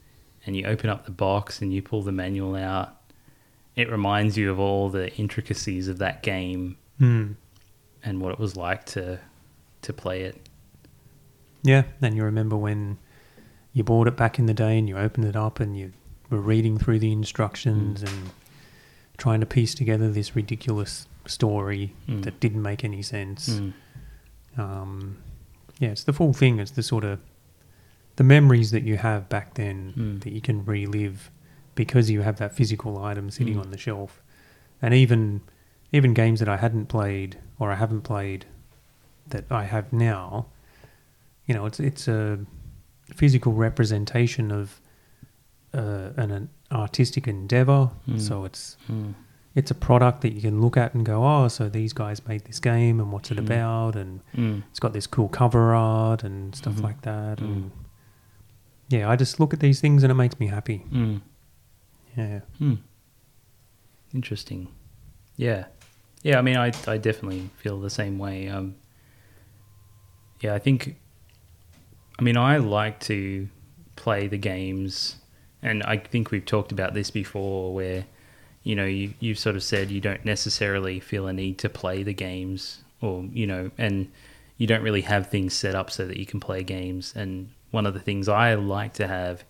S1: and you open up the box and you pull the manual out, it reminds you of all the intricacies of that game
S2: Mm.
S1: and what it was like to to play it.
S2: Yeah, and you remember when you bought it back in the day and you opened it up and you were reading through the instructions and trying to piece together this ridiculous story
S1: Mm.
S2: that didn't make any sense. Um, yeah, it's the full thing. It's the sort of the memories that you have back then
S1: Mm.
S2: that you can relive because you have that physical item sitting
S1: Mm.
S2: on the shelf, and even even games that I hadn't played or I haven't played that I have now. You know, it's it's a physical representation of uh, an, an artistic endeavor.
S1: Mm.
S2: So it's
S1: Mm.
S2: it's a product that you can look at and go, oh, so these guys made this game and what's it
S1: Mm.
S2: about and
S1: Mm.
S2: it's got this cool cover art and stuff
S1: Mhm.
S2: like that.
S1: Mm.
S2: And yeah, I just look at these things and it makes me happy.
S1: Mm.
S2: Yeah.
S1: Hmm. Interesting. Yeah. Yeah, I mean I I definitely feel the same way. Um Yeah, I think I mean I like to play the games and I think we've talked about this before where you know, you you've sort of said you don't necessarily feel a need to play the games or, you know, and you don't really have things set up so that you can play games and one of the things I like to have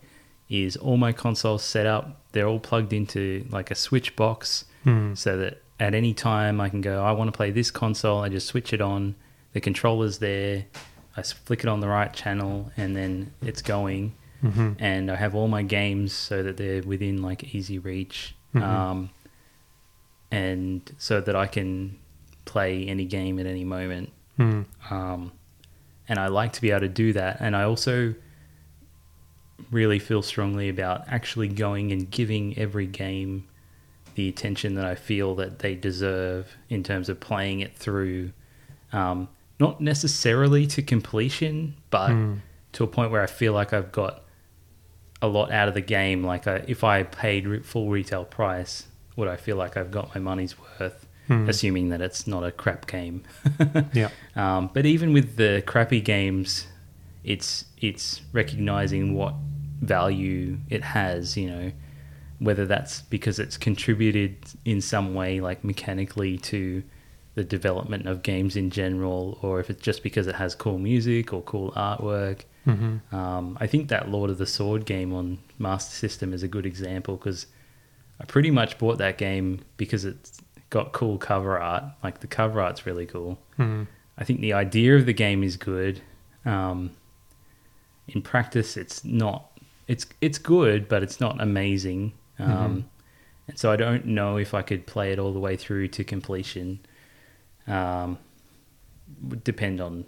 S1: is all my consoles set up. They're all plugged into like a switch box
S2: Hmm.
S1: Mm. so that at any time I can go, I want to play this console. I just switch it on. The controller's there. I s- flick it on the right channel and then it's going.
S2: Mhm.
S1: and I have all my games so that they're within like easy reach,
S2: Mhm.
S1: um, and so that I can play any game at any moment.
S2: Mm.
S1: Um, and I like to be able to do that. And I also really feel strongly about actually going and giving every game the attention that I feel that they deserve in terms of playing it through, um, not necessarily to completion, but to a point where I feel like I've got a lot out of the game. Like I, if I paid re- full retail price, would I feel like I've got my money's worth? Assuming that it's not a crap game.
S2: Yeah.
S1: Um, but even with the crappy games, it's it's recognizing what value it has. You know, whether that's because it's contributed in some way, like mechanically, to the development of games in general, or if it's just because it has cool music or cool artwork.
S2: Mm-hmm.
S1: Um, I think that Lord of the Sword game on Master System is a good example because I pretty much bought that game because it's got cool cover art. Like the cover art's really cool.
S2: Mm.
S1: I think the idea of the game is good. Um, in practice, it's not. It's it's good, but it's not amazing. Um, And so I don't know if I could play it all the way through to completion. Um, would depend on,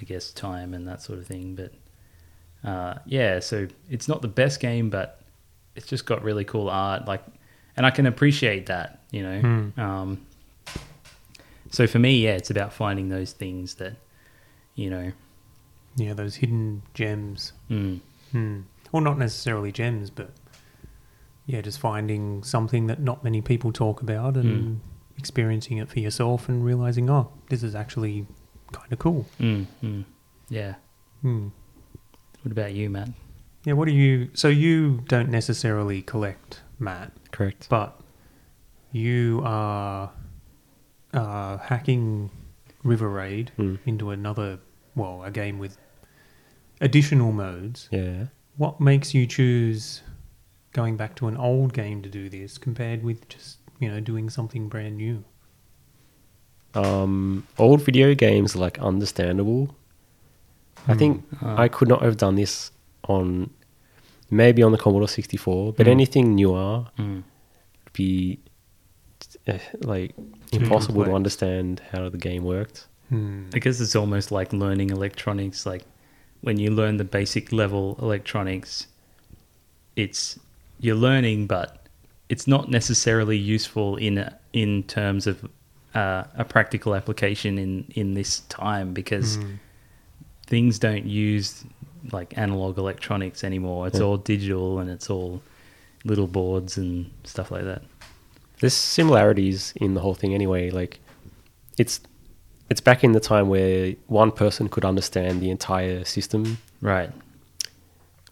S1: I guess, time and that sort of thing. But uh, yeah, so it's not the best game, but it's just got really cool art. Like, and I can appreciate that. You know.
S2: Mm.
S1: Um, so for me, yeah, it's about finding those things that, you know,
S2: Yeah, those hidden gems.
S1: mm,
S2: Hmm. Well, not necessarily gems, but yeah, just finding something that not many people talk about and experiencing it for yourself and realizing, oh, this is actually kind of cool.
S1: mm, mm, yeah.
S2: Hmm.
S1: What about you, Matt?
S2: Yeah, what do you? So you don't necessarily collect, Matt,
S3: Correct.
S2: but you are uh, hacking River Raid
S3: Hmm.
S2: into another, well, a game with additional modes.
S3: Yeah.
S2: What makes you choose going back to an old game to do this compared with just, you know, doing something brand new?
S3: Um, old video games are like understandable.
S2: Hmm.
S3: I think
S2: Ah.
S3: I could not have done this on maybe on the Commodore 64, but
S2: Mm.
S3: anything newer
S2: Hmm.
S1: Mm,
S3: would be eh, like
S2: Too
S3: impossible to
S2: complex.
S3: understand how the game worked.
S2: Hmm.
S1: I guess it's almost like learning electronics. Like when you learn the basic level electronics, it's you're learning, but it's not necessarily useful in in terms of uh, a practical application in in this time because things don't use like analog electronics anymore. It's
S3: Yeah.
S1: all digital and it's all little boards and stuff like that.
S3: There's similarities in the whole thing anyway. Like it's it's back in the time where one person could understand the entire system
S1: Right.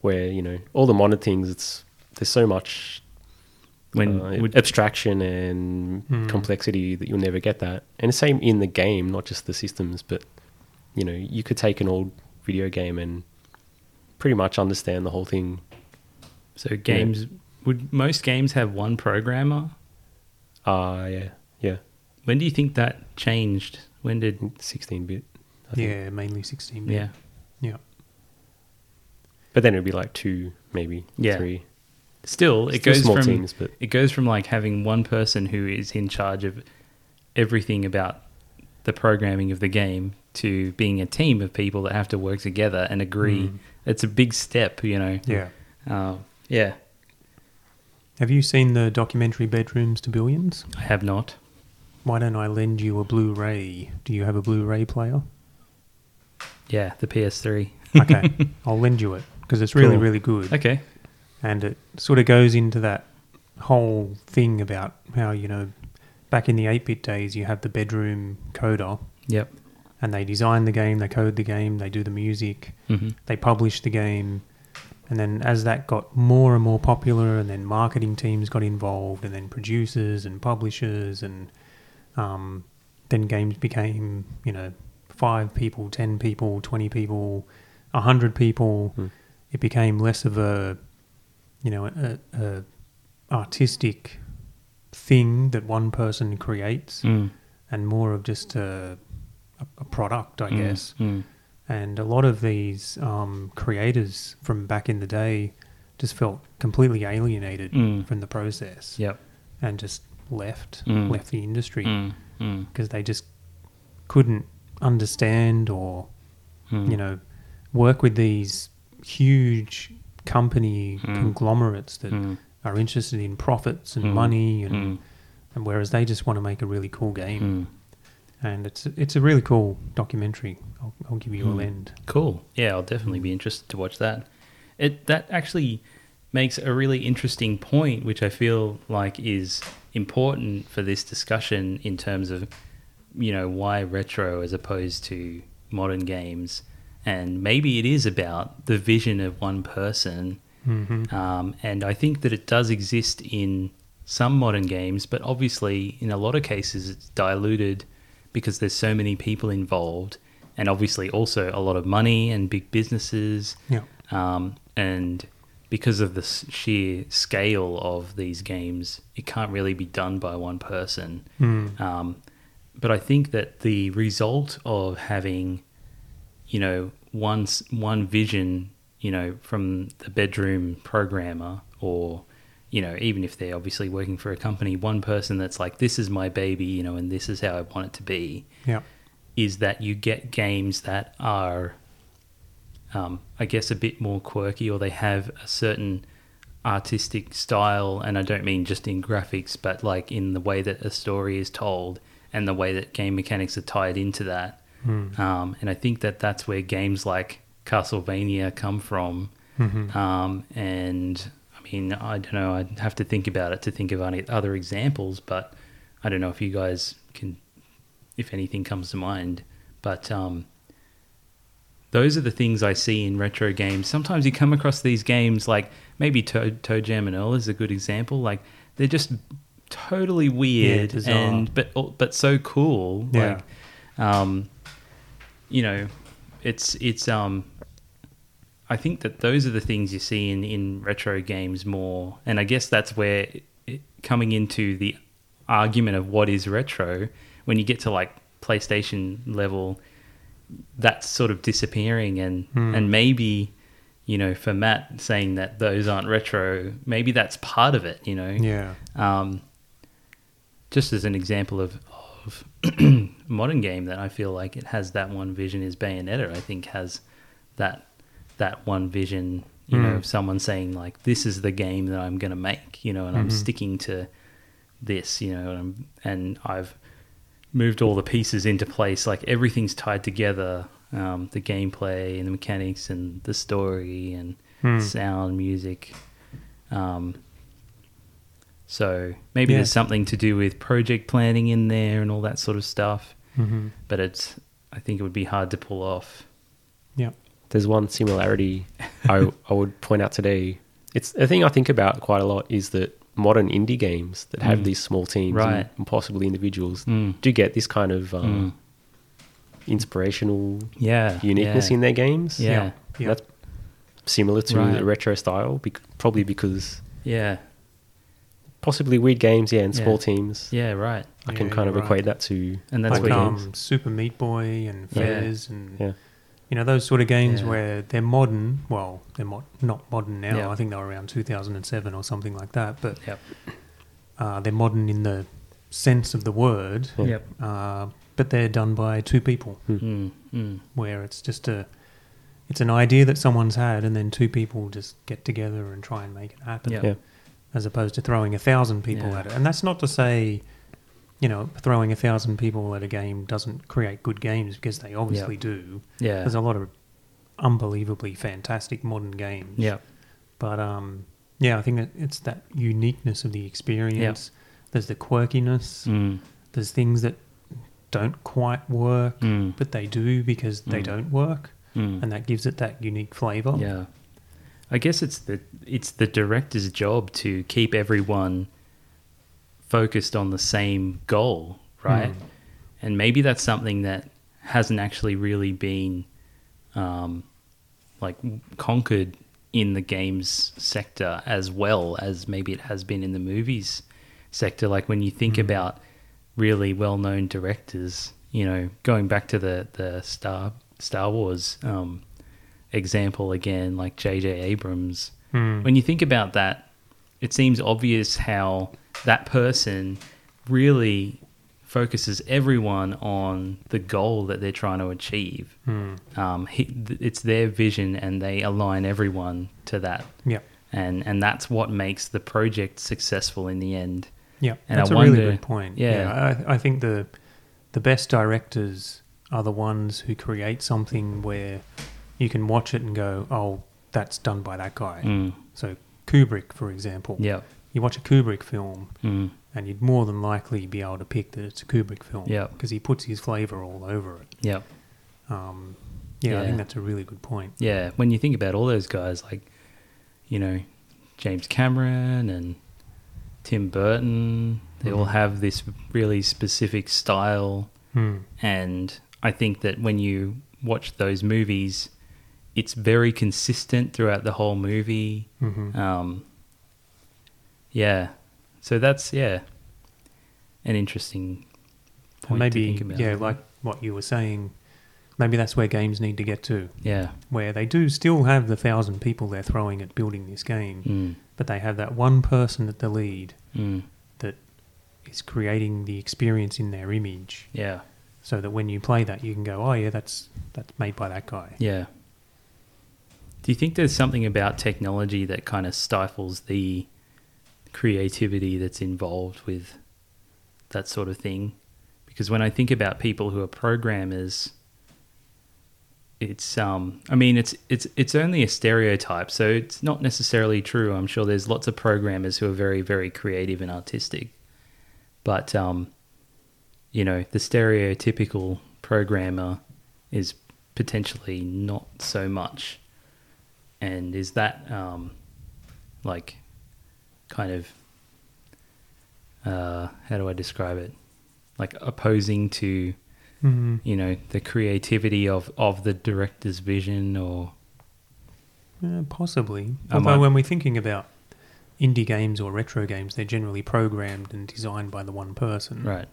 S3: where, you know, all the modern things it's there's so much
S1: When
S3: uh,
S1: would,
S3: abstraction and
S2: Hmm.
S3: complexity that you'll never get that. And the same in the game, not just the systems, but you know, you could take an old video game and pretty much understand the whole thing.
S1: so games would most games have one programmer?
S3: Ah, yeah, yeah,
S1: When do you think that changed? When did
S3: sixteen bit. I think.
S2: Yeah, mainly 16 bit.
S1: yeah
S2: Yeah.
S3: but then it'd be like two, maybe
S1: Yeah.
S3: three.
S1: still it
S3: Still
S1: goes
S3: small
S1: from
S3: teams, but
S1: it goes from like having one person who is in charge of everything about the programming of the game to being a team of people that have to work together and agree.
S3: Hmm.
S1: It's a big step, you know.
S2: Yeah.
S1: Uh, yeah,
S2: Have you seen the documentary Bedrooms to Billions?
S1: I have not.
S2: Why don't I lend you a Blu ray? Do you have a Blu ray player?
S1: Yeah, the PS3.
S2: Okay, I'll lend you it because it's really,
S3: Cool.
S2: really good.
S1: Okay.
S2: and it sort of goes into that whole thing about how you know back in the 8-bit days you have the bedroom coder
S1: Yep.
S2: and they design the game they code the game they do the music
S1: Mm-hmm.
S2: they publish the game and then as that got more and more popular and then marketing teams got involved and then producers and publishers and um, then games became you know five people ten people twenty people a hundred people
S3: Hmm.
S2: it became less of a you know a, a artistic thing that one person
S1: Hmm. Hmm. Mm.
S2: creates and more of just a, a- a product i guess And a lot of these um, creators from back in the day just felt completely alienated
S1: Mm.
S2: from the process
S1: Yep.
S2: and just left,
S1: Mm.
S2: left the industry
S1: Mm, mm,
S2: because they just couldn't understand or
S1: mm.
S2: you know work with these huge company
S1: Mm.
S2: conglomerates that
S1: Mm,
S2: are interested in profits and
S1: Mm.
S2: money and,
S1: mm,
S2: and whereas they just want to make a really cool game
S1: mm.
S2: and it's it's a really cool documentary I'll, I'll give you a
S1: Mm.
S2: lend
S1: Cool. Yeah, I'll definitely be interested to watch that. It that actually makes a really interesting point, which I feel like is important for this discussion in terms of you know why retro as opposed to modern games, and maybe it is about the vision of one person
S2: mm-hmm.
S1: um, and I think that it does exist in some modern games, but obviously, in a lot of cases, it's diluted because there's so many people involved, and obviously, also a lot of money and big businesses.
S2: Yeah.
S1: Um, and because of the s- sheer scale of these games, it can't really be done by one person.
S2: Mm.
S1: Um, but I think that the result of having, you know, one s- one vision, you know, from the bedroom programmer, or you know, even if they're obviously working for a company, one person that's like, this is my baby, you know, and this is how I want it to be,
S2: yeah
S1: is that you get games that are, um, I guess, a bit more quirky, or they have a certain artistic style, and I don't mean just in graphics, but like in the way that a story is told and the way that game mechanics are tied into that.
S2: Mm.
S1: Um, and I think that that's where games like Castlevania come from.
S2: Mhm.
S1: Um, and I mean, I don't know, I'd have to think about it to think of any other examples, but I don't know if you guys can, if anything comes to mind. But um, those are the things I see in retro games. Sometimes you come across these games like maybe Toad, Toe Jam and Earl is a good example. Like they're just totally weird
S2: bizarre.
S1: and but oh, but so cool.
S2: Yeah.
S1: Like, um, you know, it's it's um. I think that those are the things you see in in retro games more, and I guess that's where it, coming into the argument of what is retro when you get to like PlayStation level that's sort of disappearing and
S2: Hmm.
S1: and maybe you know for Matt saying that those aren't retro maybe that's part of it you know
S2: yeah
S1: um, just as an example of, of modern game that I feel like it has that one vision is Bayonetta. I think has that that one vision. You know,
S2: Mm.
S1: of someone saying like, "This is the game that I'm going to make," you know, and I'm sticking to this, you know, and, I'm, and I've moved all the pieces into place. Like everything's tied together. Um, the gameplay and the mechanics and the story and
S2: Hmm.
S1: sound, music. Um, so maybe
S2: Yeah.
S1: there's something to do with project planning in there and all that sort of stuff.
S2: hmm
S1: But it's, I think it would be hard to pull off.
S2: yeah
S3: There's one similarity I, I would point out today. It's a thing I think about quite a lot is that modern indie games that have
S1: Mm.
S3: these small teams
S1: Right.
S3: and possibly individuals
S1: Mm.
S3: do get this kind of um, inspirational
S1: Yeah,
S3: uniqueness
S1: yeah.
S3: in their games.
S1: Yeah.
S2: yeah yeah
S3: That's similar to
S1: Right.
S3: the retro style, bec- probably because
S1: Yeah,
S3: possibly weird games, yeah, and
S1: Yeah.
S3: small teams.
S1: yeah, right.
S3: I can
S2: Yeah,
S3: kind
S2: you're
S3: of
S2: right.
S3: equate that to
S1: And that's
S2: like
S1: what
S3: older
S1: it
S2: um,
S1: is.
S2: Super Meat Boy and
S1: Yeah.
S2: Fez and
S3: Yeah.
S2: you know those sort of games
S1: Yeah.
S2: where they're modern. Well, they're mo- not modern now.
S1: Yeah.
S2: I think they were around 2007 or something like that. But
S1: Yep.
S2: uh, they're modern in the sense of the word.
S3: Yeah.
S1: Yep.
S2: Uh, but they're done by two people,
S1: Mm, mm,
S2: where it's just a it's an idea that someone's had, and then two people just get together and try and make it happen.
S1: Yep.
S3: Yeah.
S2: As opposed to throwing a thousand people
S1: Yeah.
S2: at it, and that's not to say. You know, throwing a thousand people at a game doesn't create good games because they obviously do.
S1: yeah,
S2: There's a lot of unbelievably fantastic modern games.
S1: yeah,
S2: But um, yeah, I think that it's that uniqueness of the experience. There's the quirkiness.
S1: mm,
S2: There's things that don't quite work,
S1: mm,
S2: but they do because they
S1: Mm.
S2: don't work,
S1: mm.
S2: and that gives it that unique flavour.
S1: Yeah, I guess it's the it's the director's job to keep everyone focused on the same goal, right?
S2: Mm.
S1: And maybe that's something that hasn't actually really been um, like conquered in the games sector as well as maybe it has been in the movies sector. Like when you think about really well known directors, you know, going back to the the Star Star Wars um, example again, like J.J. Abrams.
S2: Hmm.
S1: When you think about that, it seems obvious how that person really focuses everyone on the goal that they're trying to achieve.
S2: Hmm.
S1: Um, he, th- it's their vision, and they align everyone to that,
S2: Yeah.
S1: and and that's what makes the project successful in the end.
S2: Yeah,
S1: And
S2: that's a
S1: I
S2: really
S1: wonder-
S2: good point.
S1: yeah.
S2: I, I think the the best directors are the ones who create something where you can watch it and go, "Oh, that's done by that guy."
S1: Mm.
S2: So Kubrick, for example,
S1: Yeah.
S2: you watch a Kubrick film
S1: Mm.
S2: and you'd more than likely be able to pick that it's a Kubrick film,
S1: Yeah.
S2: because he puts his flavour all over it.
S1: Yeah.
S2: Um, yeah, I
S1: Yeah.
S2: think that's a really good point.
S1: Yeah, when you think about all those guys, like, you know, James Cameron and Tim Burton, they all have this really specific style.
S2: Hmm.
S1: And I think that when you watch those movies, it's very consistent throughout the whole movie.
S2: Mhm.
S1: Um, yeah. So that's, yeah, an interesting
S2: And
S1: point to
S2: maybe,
S1: think about.
S2: yeah, like what you were saying, maybe that's where games need to get to.
S1: Yeah.
S2: where they do still have the thousand people they're throwing at building this game,
S1: Mm,
S2: but they have that one person at the lead
S1: mm,
S2: that is creating the experience in their image,
S1: yeah.
S2: so that when you play that, you can go, "Oh yeah, that's that's made by that guy."
S1: Yeah. Do you think there's something about technology that kind of stifles the creativity that's involved with that sort of thing? Because when I think about people who are programmers, it's um I mean it's it's it's only a stereotype, so it's not necessarily true. I'm sure there's lots of programmers who are very very creative and artistic. But um you know, the stereotypical programmer is potentially not so much. And is that um, like kind of uh, how do I describe it? Like opposing to
S2: Mm.
S1: you know the creativity of of the director's vision or
S2: Uh, possibly,
S1: I
S2: although
S1: might-
S2: when we're thinking about indie games or retro games, they're generally programmed and designed by the one person,
S1: right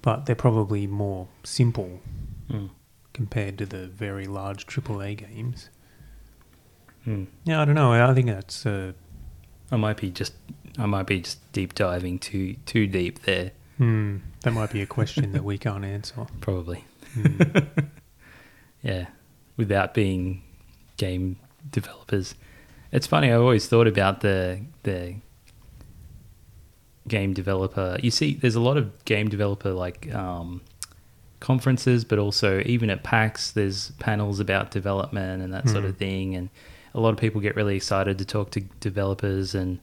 S2: but they're probably more simple
S1: Mm.
S2: compared to the very large AAA games.
S1: Mm.
S2: Yeah, I don't know. I think that's uh,
S1: I might be just I might be just deep diving too too deep there
S2: Hmm, that might be a question that we can't answer.
S1: probably
S2: Hmm.
S1: Yeah, without being game developers. It's funny. I always thought about the the game developer. You see, there's a lot of game developer like um, conferences, but also even at PAX, there's panels about development and that sort of thing. And a lot of people get really excited to talk to developers, and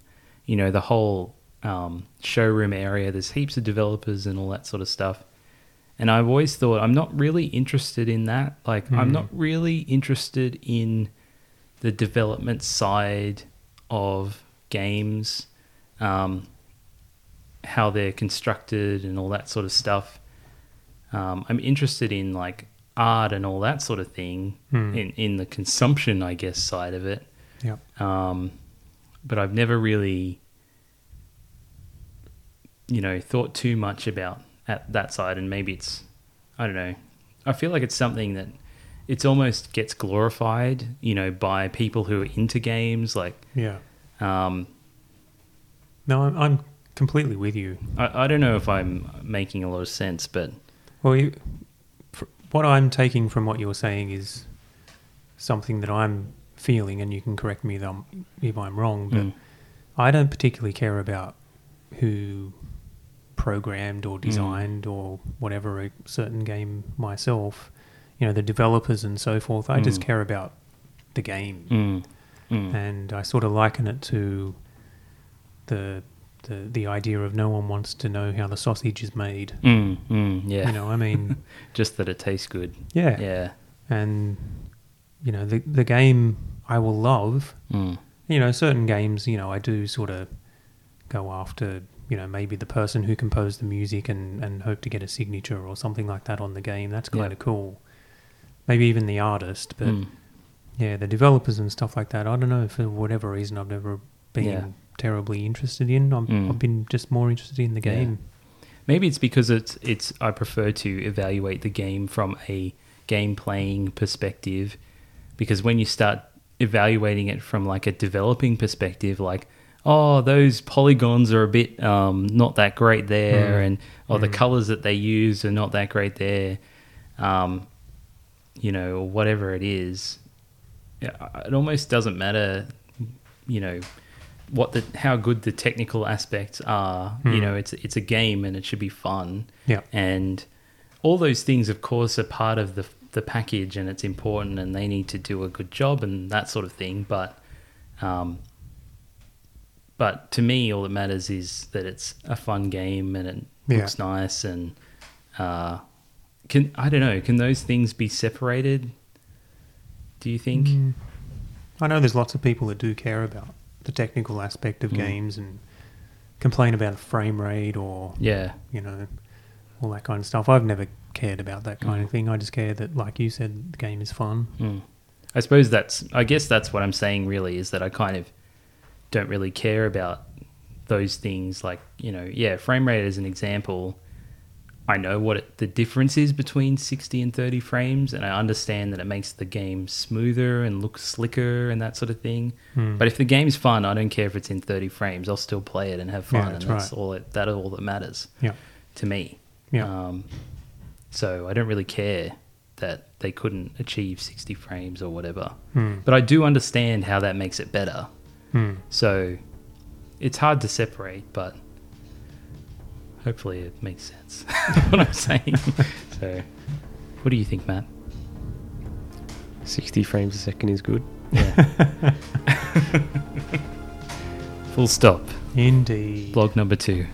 S1: you know the whole um, showroom area. There's heaps of developers and all that sort of stuff. And I've always thought I'm not really interested in that. Like I'm not really interested in the development side of games, um, how they're constructed and all that sort of stuff. Um, I'm interested in like art and all that sort of thing
S2: Hmm.
S1: in, in the consumption, I guess, side of it.
S2: Yep.
S1: Um, but I've never really, you know, thought too much about at that side. And maybe it's, I don't know. I feel like it's something that it's almost gets glorified, you know, by people who are into games. Like,
S2: Yeah.
S1: um,
S2: No, I'm, I'm completely with you.
S1: I, I don't know if I'm making a lot of sense, but
S2: Well, you, fr what I'm taking from what you're saying is something that I'm feeling, and you can correct me if I'm, if I'm wrong, but
S1: Mm.
S2: I don't particularly care about who programmed or designed or whatever a certain game myself, you know, the developers and so forth. I just
S1: Mm.
S2: care about the game.
S1: mm, mm,
S2: and I sort of liken it to the the the idea of no one wants to know how the sausage is made.
S1: mm, mm, yeah,
S2: You know, I mean,
S1: just that it tastes good.
S2: yeah.
S1: Yeah.
S2: and you know the the game I will love.
S1: Mm,
S2: You know, certain games, you know, I do sort of go after. You know, maybe the person who composed the music and and hope to get a signature or something like that on the game. That's
S1: Yeah.
S2: kind of cool. Maybe even the artist, but
S1: mm,
S2: yeah, the developers and stuff like that. I don't know for whatever reason I've never been
S1: Yeah.
S2: terribly interested in. I'm,
S1: Mm.
S2: I've been just more interested in the
S1: Yeah.
S2: game.
S1: Maybe it's because it's it's I prefer to evaluate the game from a game playing perspective because when you start evaluating it from like a developing perspective like oh those polygons are a bit um, not that great there and or
S2: Mm.
S1: the colors that they use are not that great there um, you know or whatever it is yeah, it almost doesn't matter you know what the how good the technical aspects are you know it's it's a game and it should be fun
S2: Yeah.
S1: and all those things of course are part of the the package and it's important and they need to do a good job and that sort of thing but um but to me all that matters is that it's a fun game and it
S2: Yeah.
S1: looks nice and uh can i don't know can those things be separated do you think
S2: Mm. I know there's lots of people that do care about the technical aspect of
S1: Mm.
S2: games and complain about a frame rate or
S1: yeah
S2: you know all that kind of stuff. I've never cared about that kind of thing. I just care that, like you said, the game is fun.
S1: Mm. I suppose that's. I guess that's what I'm saying. Really, is that I kind of don't really care about those things. Like you know, yeah, frame rate as an example. I know what it, the difference is between 60 and 30 frames, and I understand that it makes the game smoother and look slicker and that sort of thing.
S2: Mm.
S1: But if the game's fun, I don't care if it's in 30 frames. I'll still play it and have
S2: Yeah,
S1: fun,
S2: that's
S1: and that's
S2: right.
S1: all. It, that all that matters
S2: Yeah,
S1: to me.
S2: yeah,
S1: Um, so I don't really care that they couldn't achieve 60 frames or whatever.
S2: Hmm.
S1: But I do understand how that makes it better.
S2: Hmm.
S1: So it's hard to separate, but hopefully it makes sense what I'm saying. so what do you think, Matt?
S3: 60 frames a second is good.
S1: Yeah. Full stop.
S2: indeed.
S1: Blog number two.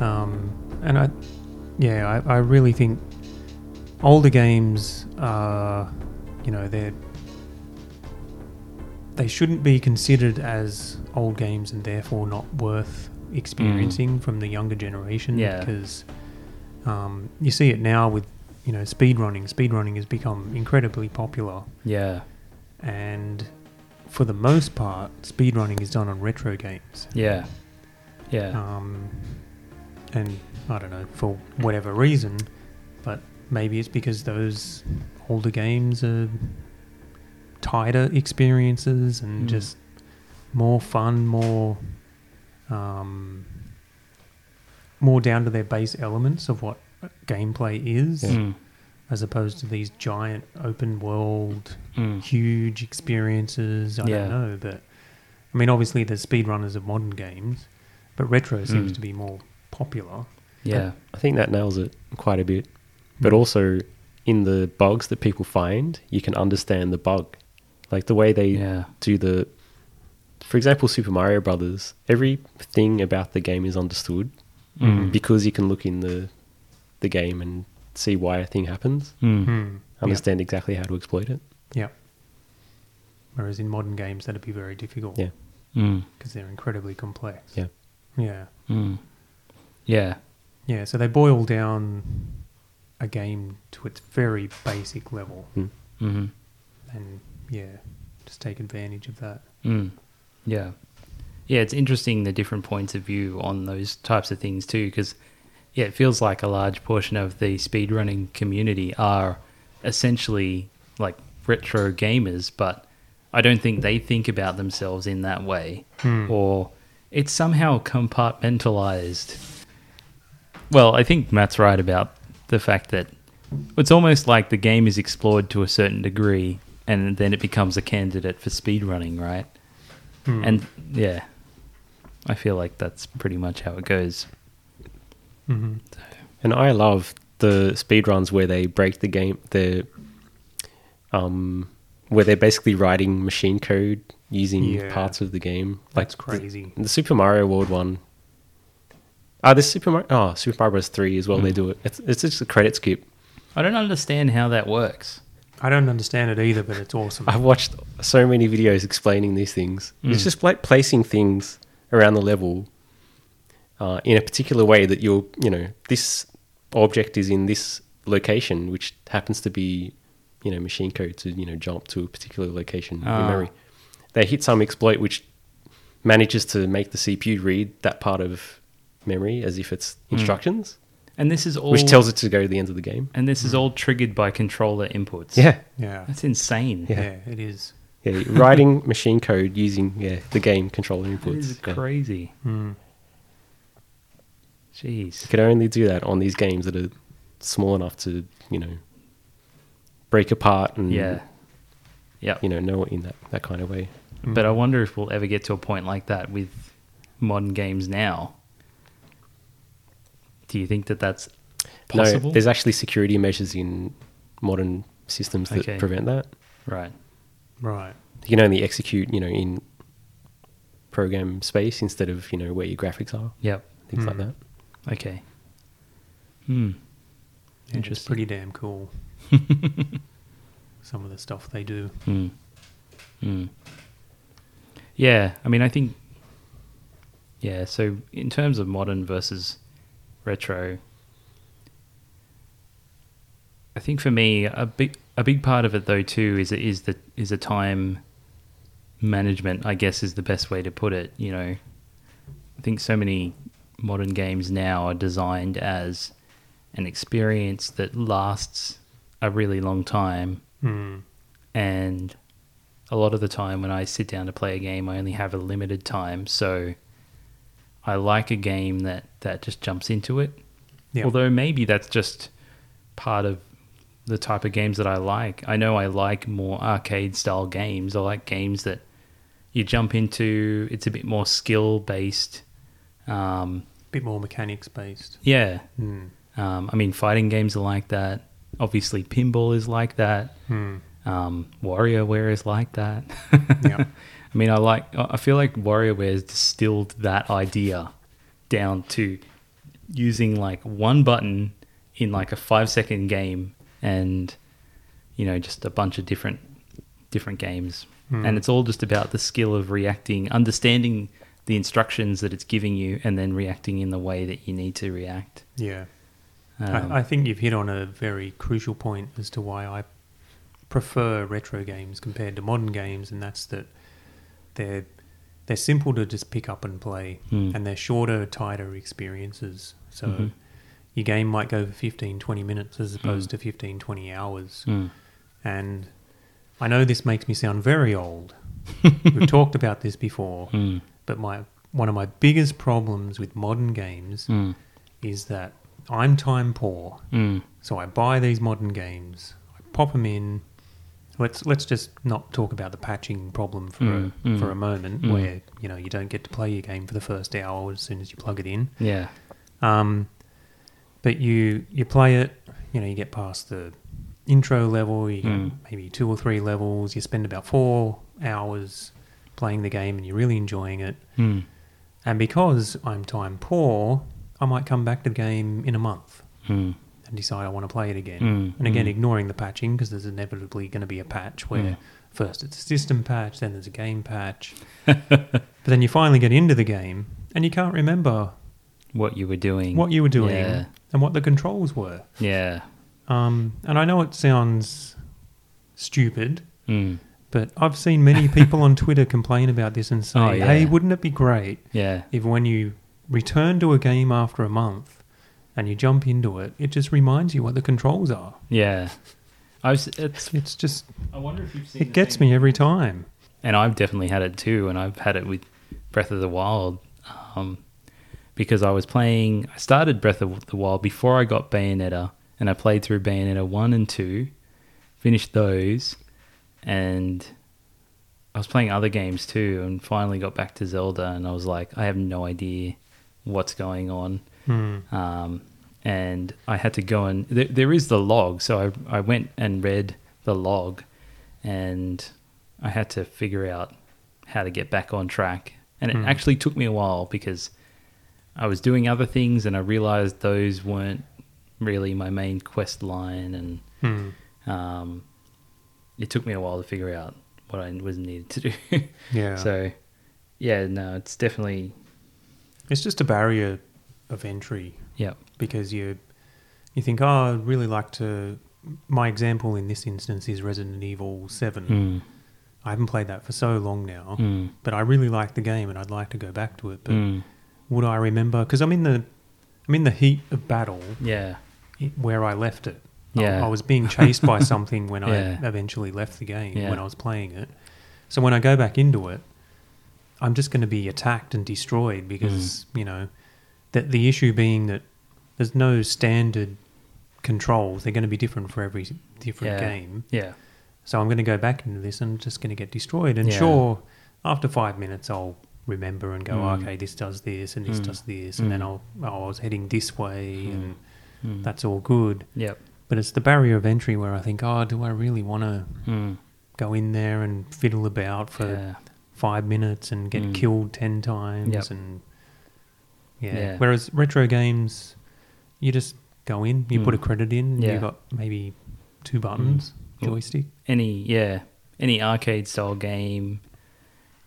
S2: Um, and I, yeah, I, I really think older games are, you know, they're they shouldn't be considered as old games and therefore not worth experiencing from the younger generation.
S1: Yeah.
S2: Because um, you see it now with, you know, speedrunning. Speedrunning has become incredibly popular
S1: Yeah.
S2: and. For the most part, speedrunning is done on retro games.
S1: Yeah. Yeah.
S2: Um, and I don't know for whatever reason, but maybe it's because those older games are tighter experiences and
S1: Mm.
S2: just more fun, more um, more down to their base elements of what gameplay is,
S1: Mm.
S2: as opposed to these giant open world
S1: Mm.
S2: huge experiences. I
S1: Yeah.
S2: don't know, but I mean, obviously, there's speedrunners of modern games, but retro seems
S3: Hmm.
S1: Mm.
S2: to be more popular.
S1: Yeah.
S3: I think that nails it quite a bit. But also, in the bugs that people find, you can understand the bug. Like the way they
S1: Yeah.
S3: do the. For example, Super Mario Brothers, everything about the game is understood
S1: Mm.
S3: because you can look in the, the game and see why a thing happens,
S1: Mm.
S2: Mm.
S3: Hmm. understand exactly how to exploit it.
S2: Yeah. Whereas in modern games, that'd be very difficult
S3: Yeah.
S1: Mm.
S2: because they're incredibly complex.
S3: Yeah.
S2: Yeah.
S1: Mm. Yeah.
S2: Yeah. So they boil down a game to its very basic level,
S3: Hmm.
S1: Mm-hmm.
S2: and yeah, just take advantage of that.
S1: Mm. Yeah. Yeah, it's interesting the different points of view on those types of things too, because yeah, it feels like a large portion of the speedrunning community are essentially like retro gamers, but I don't think they think about themselves in that way, or it's somehow compartmentalized. Well, I think Matt's right about the fact that it's almost like the game is explored to a certain degree, and then it becomes a candidate for speedrunning, right?
S2: Mm.
S1: And yeah, I feel like that's pretty much how it goes.
S2: Mhm.
S3: And I love the speedruns where they break the game, the um, where they're basically writing machine code using
S2: Yeah.
S3: parts of the game.
S2: that's
S3: the-
S2: crazy.
S3: The, Super Mario World one. Ah, this Super Mario. Oh, Super Mario Bros. Three as well.
S2: Mm.
S3: They do it. It's it's just a credit skip.
S1: I don't understand how that works.
S2: I don't understand it either, but it's awesome.
S3: I've watched so many videos explaining these things.
S1: Mm.
S3: It's just like placing things around the level uh, in a particular way that you're, you know, this object is in this location, which happens to be, you know, machine code to, you know, jump to a particular location in
S1: Ah.
S3: memory. They hit some exploit which manages to make the CPU read that part of memory as if it's
S1: Hmm.
S3: instructions,
S1: And this is all
S3: which tells it to go to the end of the game.
S1: and this is all triggered by controller inputs.
S3: Yeah.
S2: yeah.
S1: That's insane.
S2: yeah,
S3: Yeah.
S2: it is.
S3: Yeah, writing machine code using yeah the game controller
S1: That is
S3: inputs. Yeah.
S1: crazy.
S2: Mm.
S1: Jeez.
S3: You could only do that on these games that are small enough to you know break apart and
S1: Yeah. Yeah.
S3: you know know in that that kind of way.
S1: But I wonder if we'll ever get to a point like that with modern games now. Do you think that that's possible?
S3: No, there's actually security measures in modern systems that
S1: Okay.
S3: prevent that.
S1: right.
S2: Right.
S3: You can only execute you know in program space instead of you know where your graphics are
S1: Yep.
S3: things
S2: Hmm.
S3: like that.
S1: Okay. Hmm.
S2: Yeah, It's
S1: Interesting.
S2: pretty damn cool. Some of the stuff they do.
S1: Mm. Mm. Yeah, I mean, I think. Yeah, so in terms of modern versus retro, I think for me a big a big part of it though too is is the is the time management. I guess is the best way to put it. You know, I think so many modern games now are designed as an experience that lasts a really long time
S2: Mm.
S1: and a lot of the time when I sit down to play a game, I only have a limited time, so I like a game that that just jumps into it.
S2: Yeah.
S1: Although maybe that's just part of the type of games that I like. I know I like more arcade style games. I like games that you jump into. It's a bit more skill based. Um,
S2: bit more mechanics based.
S1: yeah,
S2: Mm.
S1: um, I mean, fighting games are like that. Obviously, pinball is like that.
S2: Mm.
S1: Um, WarioWare is like that.
S2: Yeah.
S1: I mean, I like. I feel like WarioWare has distilled that idea down to using like one button in like a five-second game, and you know, just a bunch of different different games,
S2: Hmm.
S1: and it's all just about the skill of reacting, understanding the instructions that it's giving you, and then reacting in the way that you need to react.
S2: Yeah.
S1: Um,
S2: I, I think you've hit on a very crucial point as to why I prefer retro games compared to modern games, and that's that they're they're simple to just pick up and play,
S1: Mm.
S2: and they're shorter, tighter experiences. So
S1: Mm-hmm.
S2: your game might go for 15, 20 minutes
S1: Hmm.
S2: as opposed to 15, 20 hours.
S1: Mm.
S2: And I know this makes me sound very old. We've talked about this before,
S1: Mm.
S2: but my one of my biggest problems with modern games
S1: Mm.
S2: is that I'm time poor.
S1: Mm.
S2: So I buy these modern games, I pop them in. Let's let's just not talk about the patching problem for
S1: Mm,
S2: a,
S1: mm.
S2: for a moment,
S1: Mm.
S2: where you know you don't get to play your game for the first hour as soon as you plug it in.
S1: Yeah.
S2: Um, but you you play it, you know, you get past the intro level, you get
S1: Mm.
S2: maybe two or three levels. You spend about four hours playing the game, and you're really enjoying it.
S1: Mm.
S2: And because I'm time poor, I might come back to the game in a month
S1: Mm.
S2: and decide I want to play it again.
S1: Mm,
S2: And again,
S1: mm.
S2: ignoring the patching because there's inevitably going to be a patch where
S1: Mm.
S2: first it's a system patch, then there's a game patch. but then you finally get into the game and you can't remember
S1: What you were doing.
S2: what you were doing
S1: Yeah.
S2: and what the controls were.
S1: Yeah.
S2: Um, and I know it sounds stupid,
S1: Mm.
S2: but I've seen many people on Twitter complain about this and say,
S1: Oh, yeah.
S2: hey, wouldn't it be great
S1: Yeah.
S2: if when you return to a game after a month and you jump into it, it just reminds you what the controls are?
S1: Yeah. I was. It's.
S2: It's just,
S1: I wonder if you've seen.
S2: it gets me every time.
S1: And I've definitely had it too, and I've had it with Breath of the Wild, um, because I was playing. I started Breath of the Wild before I got Bayonetta, and I played through Bayonetta one and two, finished those, and I was playing other games too, and finally got back to Zelda, and I was like, I have no idea what's going on.
S2: Hmm.
S1: um, and I had to go and there, there is the log. So I I went and read the log, and I had to figure out how to get back on track. And it actually took me a while because I was doing other things and I realized those weren't really my main quest line and
S2: Hmm.
S1: um, it took me a while to figure out what I was needed to do.
S2: Yeah.
S1: So, yeah, no, it's definitely
S2: It's just a barrier of entry
S1: yeah,
S2: because you you think, oh, I'd really like to. My example in this instance is Resident Evil Seven.
S1: mm,
S2: I haven't played that for so long now,
S1: mm,
S2: but I really like the game and I'd like to go back to it. But
S1: mm,
S2: would I remember? Because I'm in the I'm in the heat of battle
S1: yeah,
S2: where I left it. I-
S1: Yeah.
S2: I, was being chased by something when
S1: Yeah.
S2: I eventually left the game
S1: Yeah.
S2: when I was playing it. So when I go back into it, I'm just going to be attacked and destroyed because
S1: Hmm.
S2: you know that the issue being that there's no standard controls. They're going to be different for every
S1: yeah,
S2: different game.
S1: yeah,
S2: So I'm going to go back into this and I'm just going to get destroyed. And
S1: Yeah.
S2: sure, after five minutes, I'll remember and go,
S1: Mm.
S2: okay, this does this and this
S1: Mm.
S2: does this. And then
S1: Mm.
S2: I'll, oh, I was heading this way and
S3: Hmm.
S1: mm,
S2: that's all good.
S1: yep,
S2: But it's the barrier of entry where I think, oh, do I really want to
S3: Hmm.
S1: mm,
S2: go in there and fiddle about for
S1: yeah,
S2: five minutes and get
S1: Mm.
S2: killed 10 times?
S1: Yep.
S2: And yeah.
S1: Yeah.
S2: Whereas retro games, you just go in, you put a
S1: Mm.
S2: credit in,
S1: Yeah. Mm.
S2: you've got maybe two buttons,
S1: Cool.
S2: joystick.
S1: any yeah, any arcade style game,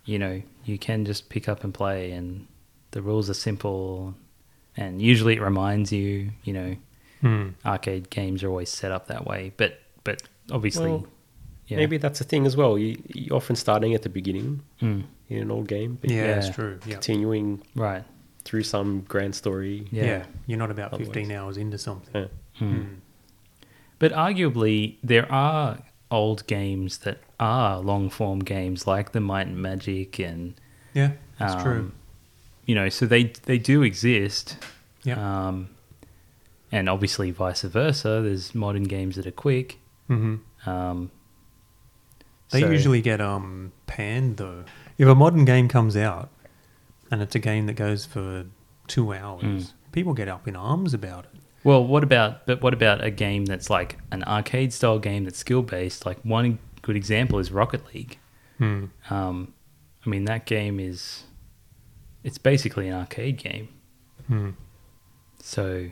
S1: you know, you can just pick up and play, and the rules are simple, and usually it reminds you, you know, Mm.
S2: Hmm.
S1: arcade games are always set up that way, but but obviously,
S3: Well,
S1: yeah,
S3: Maybe that's a thing as well. You, you're often starting at the beginning
S1: mm,
S3: in an old game, but
S2: Yeah,
S1: Yeah.
S2: that's true. Yeah.
S3: continuing
S1: right,
S3: through some grand story.
S1: yeah.
S2: yeah. You're not about
S3: Otherwise.
S2: 15 hours into something.
S3: Yeah.
S1: mm.
S2: Mm.
S1: But arguably, there are old games that are long form games like the Might and Magic, and
S2: Yeah, that's
S1: um,
S2: true.
S1: You know, so they they do exist.
S2: Yeah.
S1: Um, and obviously, vice versa. There's modern games that are quick.
S2: hmm
S1: Um,
S2: They
S1: so-
S2: usually get um panned though. If a modern game comes out and it's a game that goes for two hours,
S1: Mm.
S2: people get up in arms about it.
S1: Well, what about but what about a game that's like an arcade style game that's skill based? Like one good example is Rocket League.
S2: Mm.
S1: Um, I mean, that game is it's basically an arcade game.
S2: Mm.
S1: So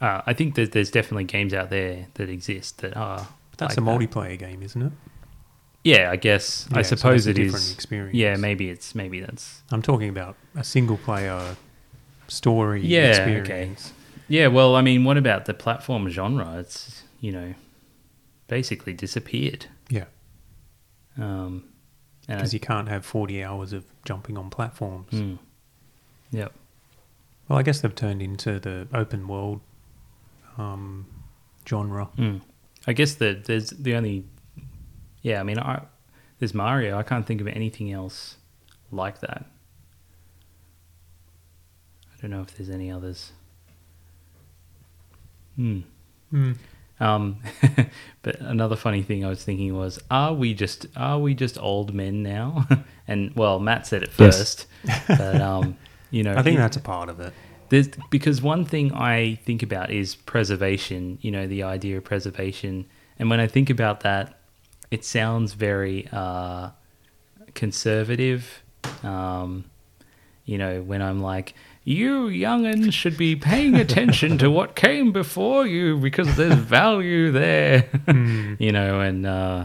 S1: uh, I think that there's definitely games out there that exist that are.
S2: That's
S1: like
S2: a
S1: that.
S2: multiplayer game, isn't it?
S1: Yeah, I guess.
S2: Yeah,
S1: I
S2: so that's
S1: suppose
S2: a
S1: it
S2: different
S1: is.
S2: experience.
S1: Yeah, maybe it's maybe that's.
S2: I'm talking about a single player story
S1: Yeah, okay.
S2: experience.
S1: Yeah, well, I mean, what about the platform genre? It's you know, basically disappeared.
S2: Yeah,
S1: Um, and I-
S2: because you can't have 40 hours of jumping on platforms.
S1: Mm. Yep.
S2: Well, I guess they've turned into the open world um, genre.
S1: Mm. I guess that there's the only. Yeah, I mean, I, there's Mario. I can't think of anything else like that. I don't know if there's any others. Hmm. Um, but another funny thing I was thinking was, are we just are we just old men now? and well, Matt said it
S3: Yes.
S1: first, but um, you know,
S2: I think
S1: it-
S2: that's a part of it.
S1: There's, because one thing I think about is preservation, you know, the idea of preservation. And when I think about that, it sounds very uh, conservative. Um, you know, when I'm like, you young'uns should be paying attention to what came before you because there's value there. you know, and uh,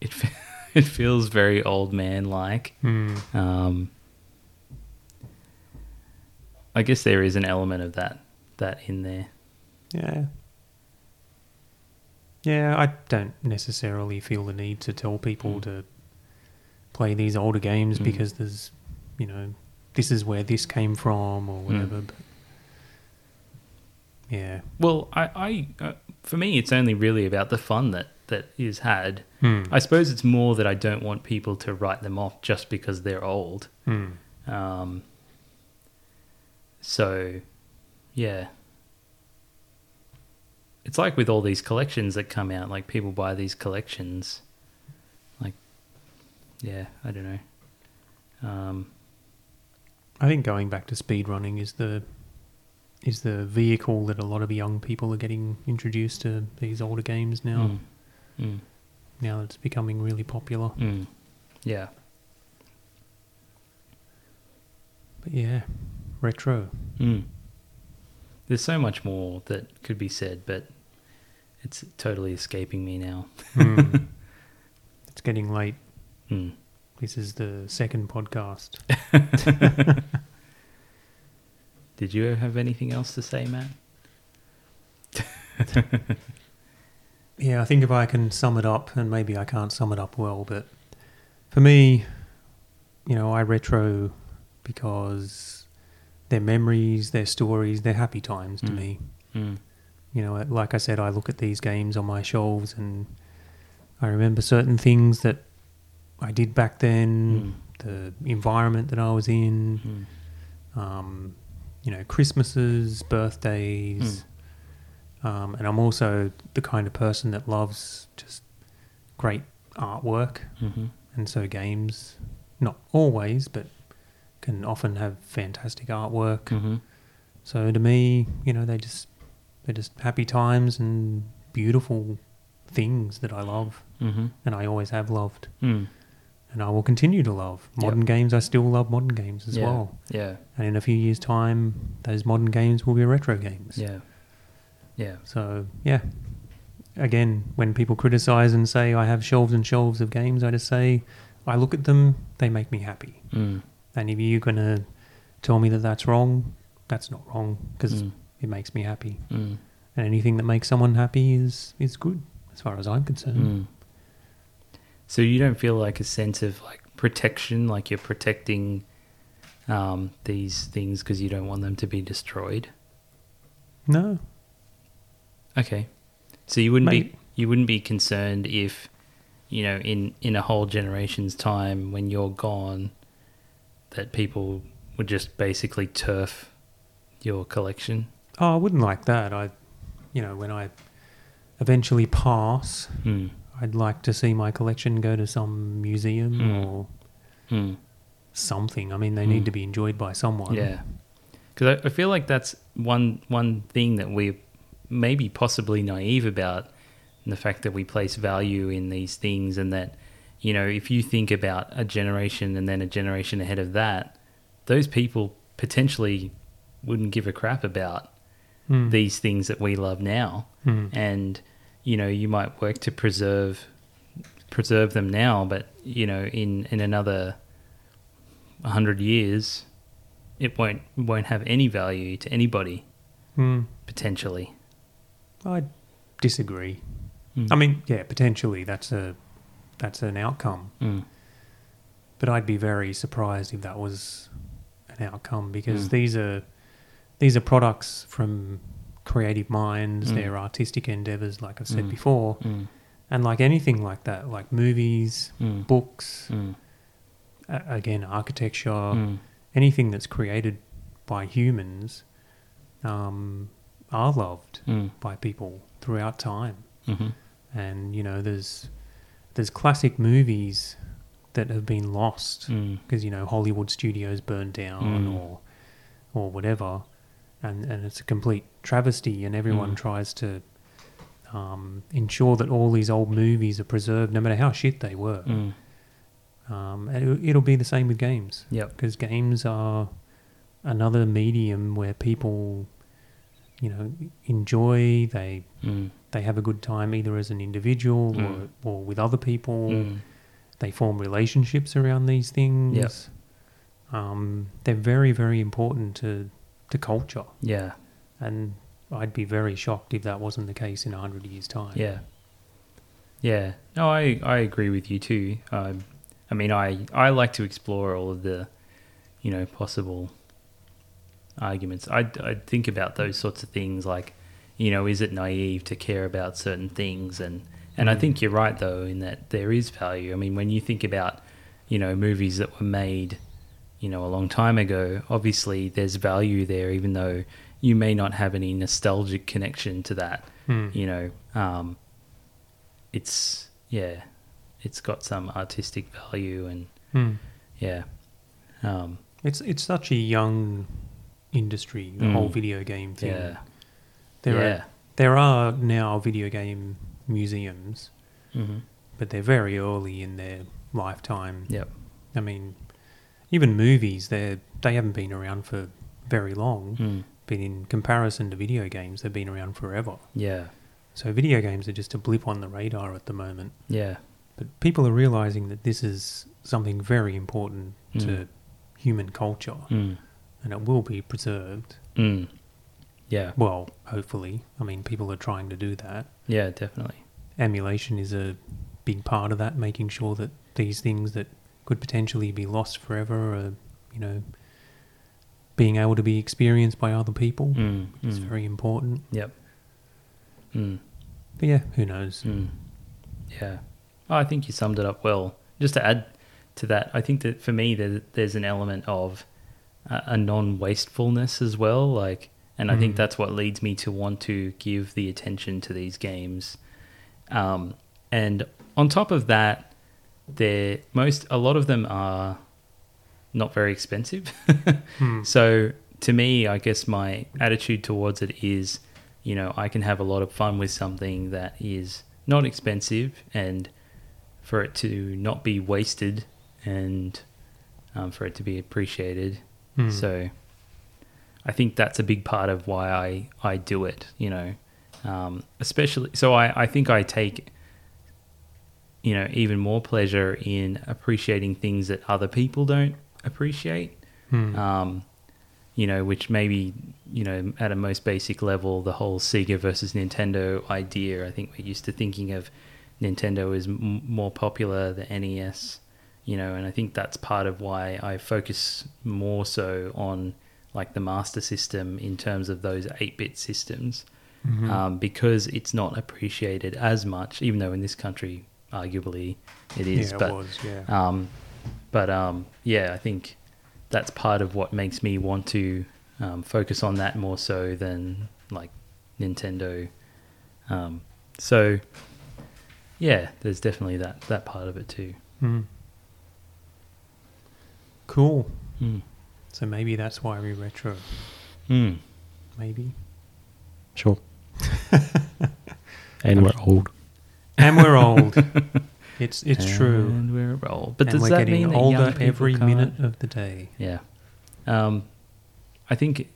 S1: it, fe- it feels very old man like. Um, I guess there is an element of that that in there.
S2: Yeah. Yeah, I don't necessarily feel the need to tell people to play these older games
S1: Mm.
S2: because there's, you know, this is where this came from or whatever. But yeah.
S1: Well, I, I uh, for me, it's only really about the fun that that is had.
S2: Hmm.
S1: I suppose it's more that I don't want people to write them off just because they're old.
S2: Hmm.
S1: Um, so, yeah. It's like with all these collections that come out, like people buy these collections. Like, yeah, I don't know. Um,
S2: I think going back to speedrunning is the is the vehicle that a lot of young people are getting introduced to these older games now.
S1: mm, mm,
S2: Now that it's becoming really popular.
S1: mm. yeah.
S2: But yeah, retro.
S1: Mm. There's so much more that could be said, but it's totally escaping me now.
S2: Mm. it's getting late.
S1: Mm.
S2: This is the second podcast.
S1: Did you have anything else to say, Matt?
S2: Yeah, I think if I can sum it up, and maybe I can't sum it up well, but for me, you know, I retro because their memories, their stories, their happy times to
S1: Mm.
S2: me.
S1: Mm.
S2: You know, like I said, I look at these games on my shelves and I remember certain things that I did back then, the environment that I was in,
S1: Mm.
S2: um, you know, Christmases, birthdays.
S1: Hmm.
S2: Um, and I'm also the kind of person that loves just great artwork.
S1: hmm
S2: And so games, not always, but can often have fantastic artwork.
S1: hmm
S2: So to me, you know, they just they're just happy times and beautiful things that I love
S1: hmm
S2: and I always have loved
S1: Mm.
S2: and I will continue to love. Modern games, I still love modern games as
S1: Yeah.
S2: well.
S1: Yeah.
S2: And in a few years' time, those modern games will be retro games.
S1: Yeah. Yeah.
S2: So, yeah. Again, when people criticize and say I have shelves and shelves of games, I just say I look at them, they make me happy.
S1: Mm.
S2: And if you're going to tell me that that's wrong, that's not wrong because
S1: Mm.
S2: it makes me happy.
S1: Mm.
S2: And anything that makes someone happy is, is good as far as I'm concerned.
S1: Mm. So you don't feel like a sense of like protection, like you're protecting um, these things because you don't want them to be destroyed.
S2: No.
S1: Okay, so you wouldn't
S2: Mate.
S1: be you wouldn't be concerned if you know in in a whole generation's time when you're gone that people would just basically turf your collection.
S2: Oh, I wouldn't like that. I, you know, when I eventually pass,
S1: Mm.
S2: I'd like to see my collection go to some museum
S1: Mm.
S2: or
S1: Mm.
S2: something. I mean, they
S1: Mm.
S2: need to be enjoyed by someone.
S1: Yeah, because I, I feel like that's one one thing that we're maybe possibly naive about, and the fact that we place value in these things, and that you know if you think about a generation and then a generation ahead of that, those people potentially wouldn't give a crap about
S2: Mm.
S1: these things that we love now
S2: Mm.
S1: and you know you might work to preserve preserve them now but you know in in another 100 years it won't won't have any value to anybody
S2: Mm.
S1: potentially
S2: I disagree.
S1: Mm.
S2: I mean, yeah, potentially that's a that's an outcome,
S1: Mm,
S2: but I'd be very surprised if that was an outcome because
S1: Mm.
S2: these are these are products from creative minds,
S1: Mm.
S2: their artistic endeavors, like I've said
S1: Mm.
S2: before,
S1: mm,
S2: and like anything like that, like movies,
S1: mm,
S2: books,
S1: mm,
S2: a- again, architecture,
S1: mm,
S2: anything that's created by humans um, are loved
S1: mm,
S2: by people throughout time.
S1: mhm,
S2: And you know, there's there's classic movies that have been lost
S1: mm,
S2: because you know Hollywood studios burned down
S1: Mm.
S2: or or whatever, and and it's a complete travesty. And everyone
S1: Mm.
S2: tries to um, ensure that all these old movies are preserved, no matter how shit they were.
S1: mm.
S2: Um, and it, it'll be the same with games
S1: Yep.
S2: because games are another medium where people, you know, enjoy. They
S1: Mm,
S2: they have a good time either as an individual
S1: Mm.
S2: or, or with other people.
S1: mm,
S2: They form relationships around these things.
S1: Yep.
S2: Um, they're very very important to to culture,
S1: yeah.
S2: and I'd be very shocked if that wasn't the case in hundred years' time.
S1: Yeah. Yeah. No, I, I agree with you too. Um, I mean, I, I like to explore all of the, you know, possible arguments. I, I think about those sorts of things like, you know, is it naive to care about certain things? And, and I think you're right, though, in that there is value. I mean, when you think about, you know, movies that were made, you know, a long time ago, obviously there's value there, even though you may not have any nostalgic connection to that
S2: Hmm.
S1: you know, um, it's yeah, it's got some artistic value and
S2: Hmm.
S1: yeah, um,
S2: It's it's such a young industry, the whole
S1: Mm.
S2: video game thing.
S1: yeah,
S2: There
S1: yeah,
S2: are there are now video game museums,
S1: mm-hmm.
S2: but they're very early in their lifetime.
S1: yep,
S2: I mean, even movies, they they haven't been around for very long.
S1: Mm.
S2: But in comparison to video games, they've been around forever.
S1: Yeah.
S2: So video games are just a blip on the radar at the moment.
S1: Yeah.
S2: But people are realizing that this is something very important to
S1: Mm.
S2: human culture,
S1: Mm.
S2: and it will be preserved.
S1: Mm. Yeah.
S2: Well, hopefully. I mean, people are trying to do that.
S1: Yeah, definitely.
S2: Emulation is a big part of that, making sure that these things that could potentially be lost forever are, you know, being able to be experienced by other people.
S1: Mm.
S2: It's
S1: Mm.
S2: very important.
S1: Yep. Mm.
S2: But yeah, who knows?
S1: Mm. Yeah. Oh, I think you summed it up well. Just to add to that, I think that for me, there, there's an element of a, a non wastefulness as well. Like, and I think
S2: Mm.
S1: that's what leads me to want to give the attention to these games. Um, and on top of that, they're most a lot of them are not very expensive.
S2: Hmm.
S1: So to me, I guess my attitude towards it is, you know, I can have a lot of fun with something that is not expensive and for it to not be wasted and um, for it to be appreciated.
S2: Hmm.
S1: So I think that's a big part of why I, I do it, you know, um, especially. So I, I think I take, you know, even more pleasure in appreciating things that other people don't appreciate
S2: Hmm.
S1: um, you know, which maybe you know at a most basic level, the whole Sega versus Nintendo idea. I think we're used to thinking of Nintendo as m- more popular, the NES, you know, and I think that's part of why I focus more so on like the Master System in terms of those eight-bit systems,
S2: Mhm.
S1: um, because it's not appreciated as much, even though in this country, arguably, it
S2: yeah,
S1: is.
S2: it
S1: but
S2: was. Yeah.
S1: um, but um, yeah, I think that's part of what makes me want to um, focus on that more so than like Nintendo. Um, so yeah, there's definitely that that part of it too.
S2: Hmm. Cool.
S1: Mm.
S2: So maybe that's why we retro. Hmm.
S1: Mm.
S2: Maybe.
S3: Sure. and we're old.
S2: And we're old. it's it's true.
S1: And we're old. But
S2: and
S1: does
S2: we're
S1: that
S2: getting
S1: mean that young
S2: older
S1: people
S2: every
S1: can't-
S2: minute of the day.
S1: Yeah. Um, I think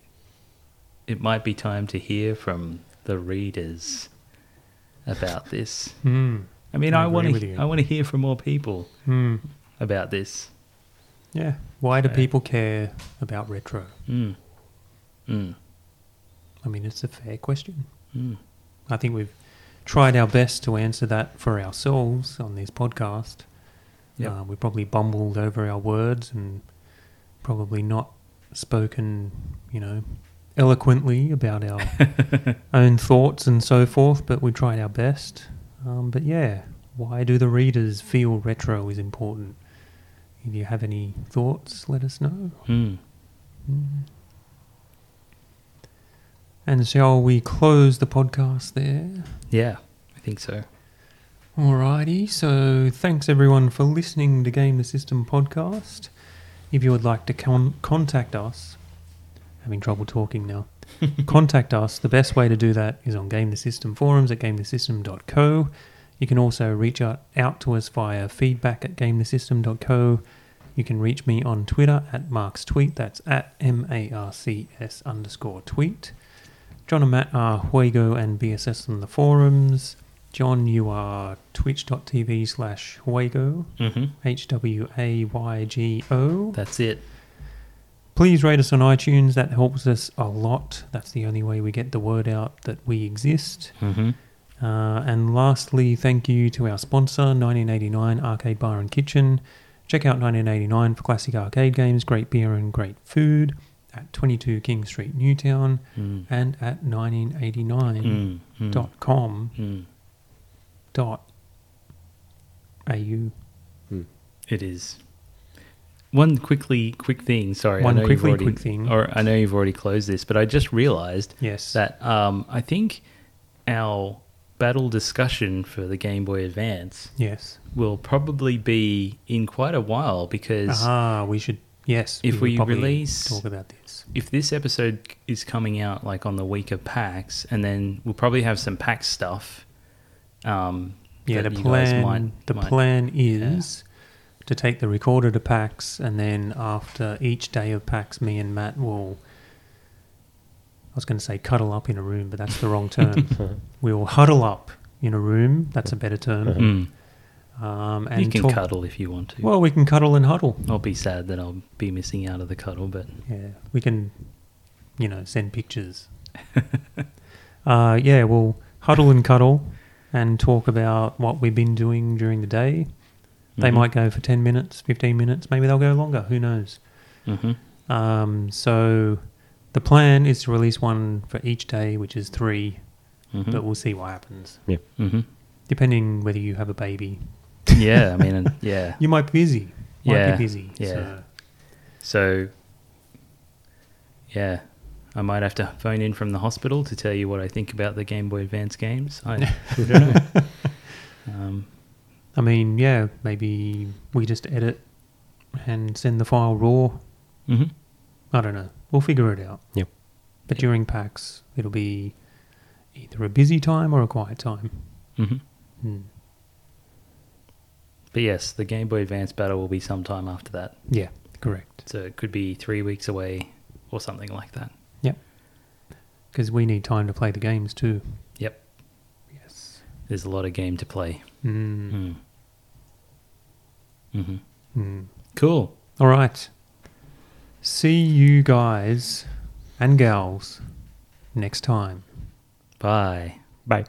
S1: it might be time to hear from the readers about this.
S2: Hmm.
S1: I mean,
S2: I
S1: I
S2: agree
S1: want
S2: with
S1: to
S2: you.
S1: I want to hear from more people
S2: Hmm.
S1: about this.
S2: Yeah. Why do
S1: Yeah.
S2: people care about retro?
S1: Mm. Mm.
S2: I mean, it's a fair question.
S1: Mm.
S2: I think we've tried our best to answer that for ourselves on this podcast.
S1: Yep.
S2: Uh, we probably bumbled over our words and probably not spoken, you know, eloquently about our own thoughts and so forth, but we tried our best. Um, but yeah, why do the readers feel retro is important? If you have any thoughts, let us know.
S1: Mm.
S2: Mm. And shall we close the podcast there?
S1: Yeah, I think so.
S2: Alrighty, so thanks everyone for listening to Game the System podcast. If you would like to con- contact us, having trouble talking now, contact us. The best way to do that is on Game the System forums at gamethesystem.co. You can also reach out, out to us via feedback at gamethesystem.co. You can reach me on Twitter at Mark's Tweet, that's at M A R C S underscore tweet. John and Matt are Huego and BSS on the forums. John, you are twitch.tv slash Huaygo,
S1: Mm-hmm.
S2: H W A Y G O.
S1: That's it.
S2: Please rate us on iTunes, that helps us a lot. That's the only way we get the word out that we exist.
S1: Mm-hmm.
S2: Uh, and lastly, thank you to our sponsor, 1989 Arcade Bar and Kitchen. Check out 1989 for classic arcade games, great beer, and great food at 22 King Street, Newtown,
S1: Mm.
S2: and at 1989.com.
S1: Mm. Mm. Mm.
S2: dot au.
S1: It is. One quickly quick thing. Sorry,
S2: One
S1: I know
S2: quickly
S1: you've already,
S2: quick thing.
S1: Or I know you've already closed this, but I just realised
S2: Yes.
S1: that um, I think our battle discussion for the Game Boy Advance
S2: yes.
S1: will probably be in quite a while because
S2: Ah, we should. Yes.
S1: if
S2: would
S1: we
S2: probably
S1: release-
S2: talk about this.
S1: if this episode is coming out like on the week of PAX, and then we'll probably have some PAX stuff. Um,
S2: Yeah, the
S1: that you guys
S2: plan. the plan is to take the recorder to PAX, and then after each day of PAX, me and Matt will. I was going to say cuddle up in a room, but that's the wrong term. we will huddle up in a room. That's a better term.
S1: Mm.
S2: Um, and
S1: You can
S2: talk-
S1: cuddle if you want to.
S2: Well, we can cuddle and huddle.
S1: I'll be sad that I'll be missing out of the cuddle, but
S2: Yeah, we can, you know, send pictures. uh, yeah, we'll huddle and cuddle and talk about what we've been doing during the day. They
S1: Mhm.
S2: might go for 10 minutes, 15 minutes, maybe they'll go longer, who knows. Mm-hmm.
S1: Mhm.
S2: Um, so the plan is to release one for each day, which is 3
S1: Mhm.
S2: but we'll see what happens.
S3: Yeah.
S1: Mhm.
S2: Depending whether you have a baby,
S1: yeah, I mean, yeah.
S2: you might be busy. Might
S1: Yeah,
S2: be busy.
S1: yeah.
S2: so-
S1: So, yeah, I might have to phone in from the hospital to tell you what I think about the Game Boy Advance games. I, I don't know. Um,
S2: I mean, yeah, maybe we just edit and send the file raw.
S1: mhm.
S2: I don't know. We'll figure it out.
S3: Yep.
S2: But during PAX, it'll be either a busy time or a quiet time.
S1: Mhm.
S2: Mm.
S1: But yes, the Game Boy Advance battle will be sometime after that.
S2: Yeah, correct.
S1: So it could be three weeks away or something like that.
S2: Because we need time to play the games too.
S1: Yep.
S2: Yes.
S1: There's a lot of game to play.
S3: Hmm.
S2: Mm.
S1: Mm. Mhm.
S2: Mm.
S1: Cool.
S2: All right. See you guys and gals next time.
S1: Bye.
S3: Bye.